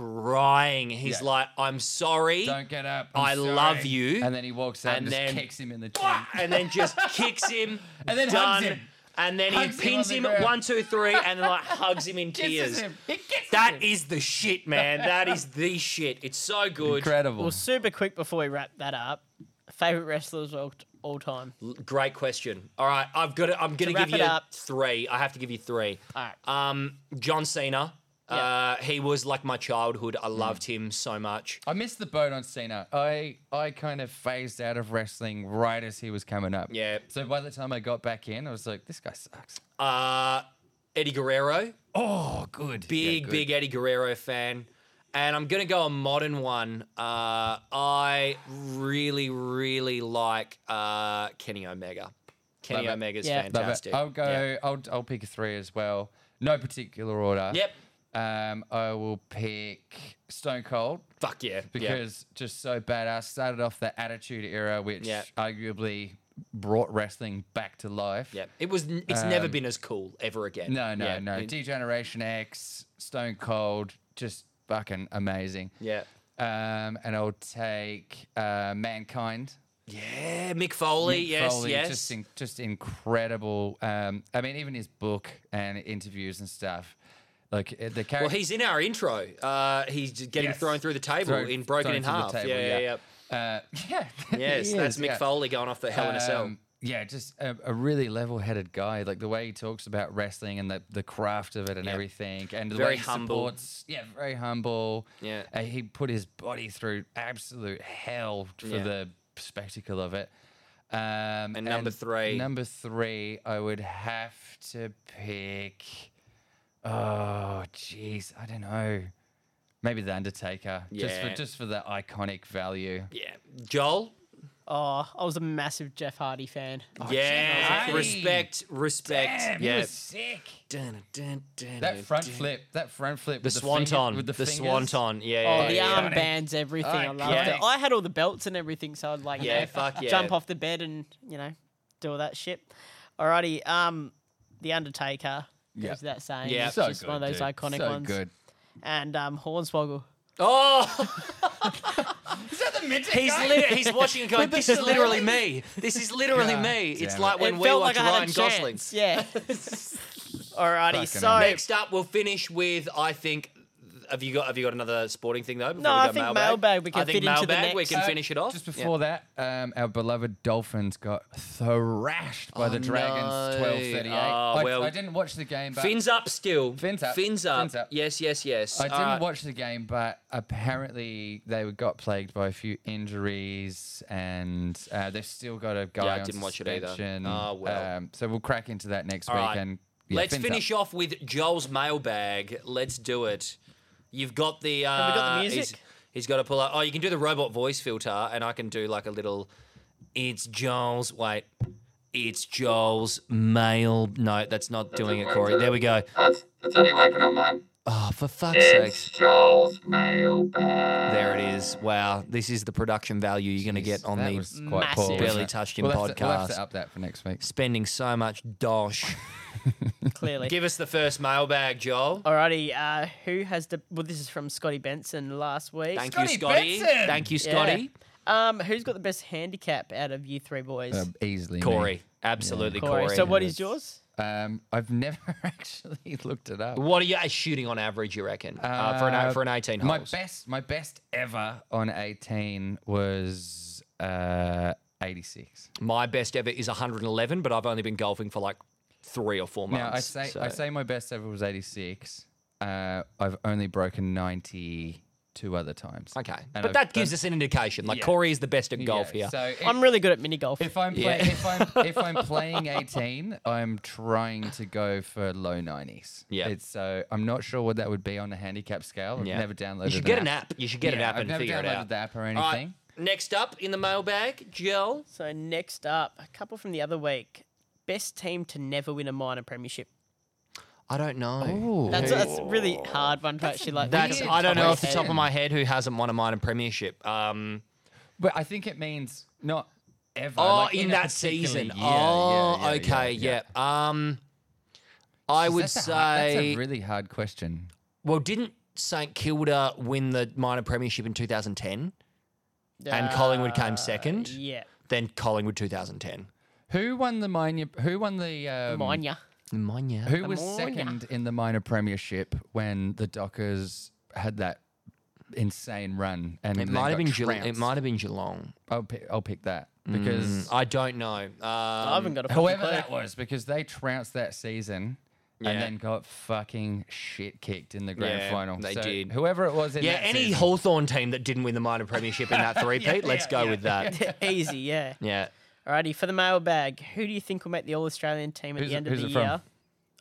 crying. He's Yeah. like, I'm sorry. Don't get up. i I love you. And then he walks out and, And just then- kicks him in the chin. and then just kicks him. And then done. hugs him. And then Hugs he him pins on the him, ground. one, two, three, and then like hugs him in Kisses tears. him. He kisses That him. is the shit, man. That is the shit. It's so good. incredible. Well, super quick before we wrap that up, favorite wrestlers of all, all time. L- Great question. All right, I've got. To, I'm going to wrap give you it up. three. I have to give you three. All right. Um, John Cena. Uh, he was like my childhood. Mm. I loved him so much. I missed the boat on Cena. I I kind of phased out of wrestling right as he was coming up. Yeah. So by the time I got back in, I was like, this guy sucks. Uh, Eddie Guerrero. Oh, good. Yeah, big, good. big Eddie Guerrero fan. And I'm going to go a modern one. Uh, I really, really like uh, Kenny Omega. Kenny Love it. Omega's Yeah. Love it. Love it. fantastic. I'll go. Yeah. I'll I'll pick three as well. No particular order. Yep. Um, I will pick Stone Cold Fuck yeah. yeah. because just so badass. Started off the Attitude Era, which Yeah. arguably brought wrestling back to life. Yeah, it was. n- It's never been as cool ever again. um, No, no, yeah. no. it- Degeneration X, Stone Cold, just fucking amazing. yeah, Um, and I'll take uh, Mankind. yeah. Mick Foley. Mick yes, Foley, yes. Just, in, just incredible. Um, I mean, even his book and interviews and stuff. Like uh, the character. well, he's in our intro. Uh, he's just getting Yes. thrown through the table Throw- in broken thrown in through the half. table, yeah, yeah, yeah. Uh, yeah. he Yes, that's is, Mick yeah. Foley going off the Hell in a Cell. Um, yeah, just a, a really level-headed guy. Like the way he talks about wrestling and the, the craft of it and Yeah. everything, and the Very way he humble. supports. Yeah, very humble. Yeah. Uh, he put his body through absolute hell for Yeah. the spectacle of it. Um, and number three? Number three, I would have to pick. Oh, jeez, I don't know. Maybe the Undertaker, just for Yeah. just for the iconic value. Yeah, Joel. Oh, I was a massive Jeff Hardy fan. Oh, yeah, Jeff. respect, respect. Oh, Damn, he yeah. was sick. Dun, dun, dun, That dun, front dun. flip, that front flip, The with swanton. finger, with the the, fingers. swanton. Yeah, Oh, yeah, the yeah. Oh, arm- armbands, everything. I loved Iconic. it. I had all the belts and everything, so I'd like you Yeah, know, fuck yeah. jump off the bed and you know do all that shit. Alrighty, um, the Undertaker. Yeah. Goes without saying. Yeah. it's So just good, one of those dude. iconic so ones. good. And um, Hornswoggle. Oh, Is that the midget he's guy? lit- he's watching and going, With the "This is literally surrounding- me. This is literally God me." It's damn it. like when it we felt watch like I had Ryan a Gosling. chance. Yeah. Alrighty, Fucking so hell. Next up, we'll finish with I think. Have you got Have you got another sporting thing though? before No, we I go think mailbag, mailbag we can I think fit into the mailbag we next. can Uh, finish it off. Just before that, um, our beloved Dolphins got thrashed by Oh, the Dragons, no. twelve thirty-eight. Ah, I, well- I didn't watch the game, but Fins up still. Fins up. Fins up. Fins up. Yes, yes, yes. I didn't Alright. watch the game, but apparently they were- got plagued by a few injuries, and uh, they've still got a guy I on didn't watch it either. suspension. Ah, well. Um, so we'll crack into that next All week. right. And yeah, Let's fins up. finish off with Joel's mailbag. Let's do it. You've got the. Uh, we got the he's- music? he's got to pull up. Oh, you can do the robot voice filter, and I can do like a little. It's Joel's. Wait. It's Joel's mail. No, that's not doing it, Corey. There we go. That's that's only working on mine. Oh, for fuck's sake. It's Joel's mailbag. There it is. Wow. This is the production value you're going to get Jeez, on that the was quite massive- poor, wasn't Barely it? Touched Him we'll have to- we'll have podcast. to up that for next week. spending so much dosh. clearly. Give us the first mailbag, Joel. Alrighty, uh, who has the? Well, this is from Scotty Benson last week. Thank you, Scotty Scotty. Benson. Thank you, Yeah. Scotty. Um, who's got the best handicap out of you three boys? Um, easily. me. Corey. Absolutely, Corey. Corey. So what is yours? Um, I've never actually looked it up. What are you uh, shooting on average? You reckon uh, for an Uh, for an eighteen My holes? best, my best ever on eighteen was uh, eighty six. My best ever is one hundred and eleven, but I've only been golfing for like three or four months. Now I say, so- I say my best ever was eighty six. Uh, I've only broken ninety two other times. okay, And but I've that gives us an indication. Like Yeah. Corey is the best at Yeah, golf here. So if, I'm really good at mini golf. if I'm play, Yeah. if I'm if I'm playing eighteen, I'm trying to go for low nineties. Yeah. It's so I'm not sure what that would be on the handicap scale. I've Yeah. never downloaded. you should get an app. You should get an Yeah, app I've and never figure it downloaded out. the app or All right, anything. Next up in the mailbag, Jill. so next up, a couple from the other week. Best team to never win a minor premiership. I don't know. Ooh. That's Who- that's a really hard one to actually like. That's Weird I don't know off the topic. top of my head who hasn't won a minor premiership. Um, But I think it means not ever. oh, like, in, a that particular season. year. Yeah, oh, yeah, yeah, okay, yeah, Um, I Jeez, would that's say. a hard- that's a really hard question. Well, didn't St Kilda win the minor premiership in 2010? And Collingwood came second? Yeah, Then Collingwood 2010. Who won the minor? Who won the? Um, mine ya. Manya. Who was minor. second in the minor premiership when the Dockers had that insane run? And It then might got have been Geelong. It trounced? might Mm. have been Geelong. I'll pick, I'll pick that because I don't know. I haven't Um, got a fucking whoever clue. that was, because they trounced that season. Yeah. And then got fucking shit kicked in the grand Yeah, final. they So did. Whoever it was in Oh, yeah, that any season- Hawthorn team that didn't win the minor premiership in that three Pete, let's go with that. Yeah. Easy, yeah. Alrighty, for the mailbag, who do you think will make the All Australian team at Who's the it- end of who's the it from? year?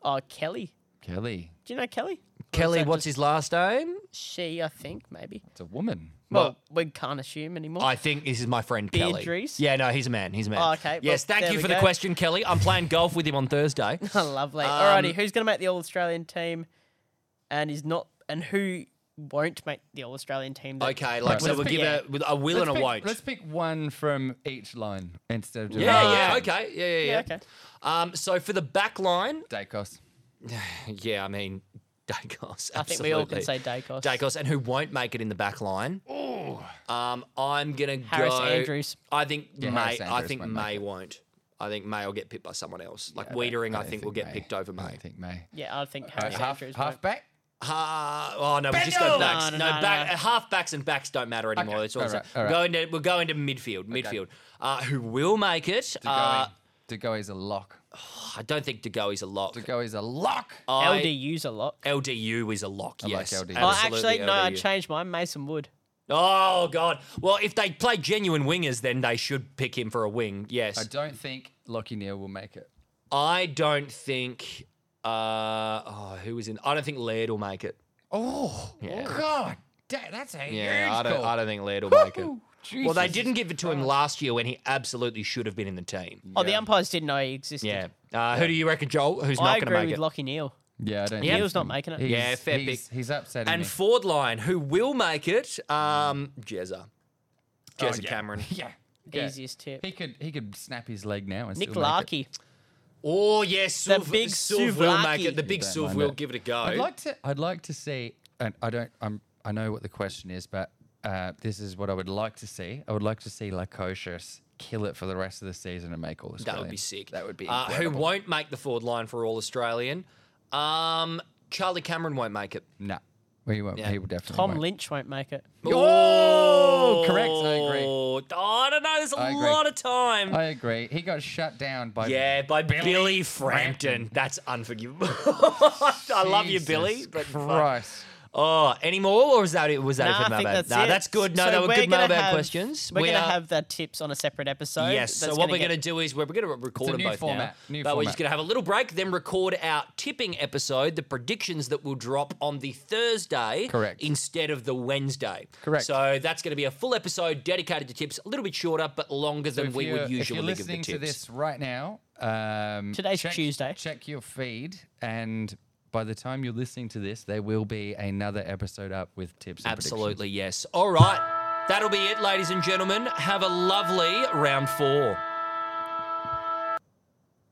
Oh, Kelly. Kelly, Do you know Kelly? Kelly, that what's just- his last name? She, I think, maybe. it's a woman. Well, Well- we can't assume anymore. I think this is my friend Kelly. Beatrice? Yeah, no, he's a man. He's a man. Oh, okay. Well, Yes, thank there you we for the go. question, Kelly. I'm playing golf with him on Thursday. Lovely. Um, Alrighty, who's going to make the All Australian team, and is not, and who won't make the All Australian team? that- Okay, like Let's so we'll pick- give yeah. a, with a will let's and a pick, won't. Let's pick one from each line instead of doing yeah, all yeah, ten. okay, yeah, yeah, yeah. Oh, Yeah, okay. Um, so for the back line, Dacos. yeah, I mean, Dacos. Absolutely. I think we all can say Dacos. Dacos, and who won't make it in the back line? Um, I'm gonna Harris go. Andrews. I think Yeah, May. Harris I Andrews think won't make May won't. I think May will get picked by someone else. Like Wiedering, I, think, will get picked over I May. don't think May. Yeah, I think Harris half, Andrews. won't. half back. Ha- oh no, we just go Bendel! backs. No, No, no, no, back, no. half backs and backs don't matter anymore. Okay, That's all. I'm alright, saying. alright. We'll go into we'll go into midfield. Midfield. Uh, who will make it? Uh, oh, Degoe. Degoe's a lock. I don't think Degoe's a lock. Degoe's a lock. I- LDU's a lot. LDU is a lock. like yes. LDU. Oh, absolutely, actually, no, I LDU. changed mine. Mason Wood. Oh god. Well, if they play genuine wingers, then they should pick him for a wing. I Yes. don't think Lockie Neal will make it. I don't think. Uh, oh, who was in? I don't think Laird will make it. Oh, God. Da- that's a Yeah, huge I don't. goal. I don't think Laird will make it. Ooh, Well, they Jesus. didn't give it to him last year when he absolutely should have been in the team. Oh, the umpires didn't know he existed. Yeah. Uh, who do you reckon, Joel? Who's I not going agree to make with it? Lockie Neal. Yeah, I don't. Yeah. think Neal's not so. making it. He's- Yeah, fair pick. he's, He's upsetting and me. Ford line, who will make it? Um, Jezza. Jezza Cameron. oh, yeah. yeah. Easiest tip. He could he could snap his leg now and Nick still make it. Larkey. Oh yes, The Suv, big Suv will make Suvlaki. it. The big Don't Suv mind will it. give it a go. I'd like to. I'd like to see, and I don't. I'm. I know what the question is, but uh, this is what I would like to see. I would like to see Lycosius kill it for the rest of the season and make all this. that would be sick. That would be. Uh, who incredible. won't make the Ford line for all Australian? Um, Charlie Cameron won't make it. Nah, well, he won't. Yeah. He will definitely. Tom won't. Lynch won't make it. Oh, correct. I agree. Oh, I don't know. There's a I agree. lot of time. I agree. He got shut down by. yeah, by Billy, Frampton. That's unforgivable. I love you, Jesus Billy. But fuck. Christ. Oh, any more, or was that it? Was that Nah, it for I think mailbag? that's nah, it. that's good. No, So they were we're good gonna mailbag have- questions. We're We going to are- have the tips on a separate episode. Yes. So that's what gonna we're get- going to do is we're going to record a them new both format, now. new but we're just format. going to have a little break, then record our tipping episode, the predictions that will drop on the Thursday, Correct. instead of the Wednesday. Correct. So that's going to be a full episode dedicated to tips, a little bit shorter, but longer So than if we you're- would usually if you're give the listening to tips. this right now, um, Today's check- Tuesday. Check your feed, and by the time you're listening to this, there will be another episode up with tips. and predictions. Absolutely, yes. All right. That'll be it, ladies and gentlemen. Have a lovely round four.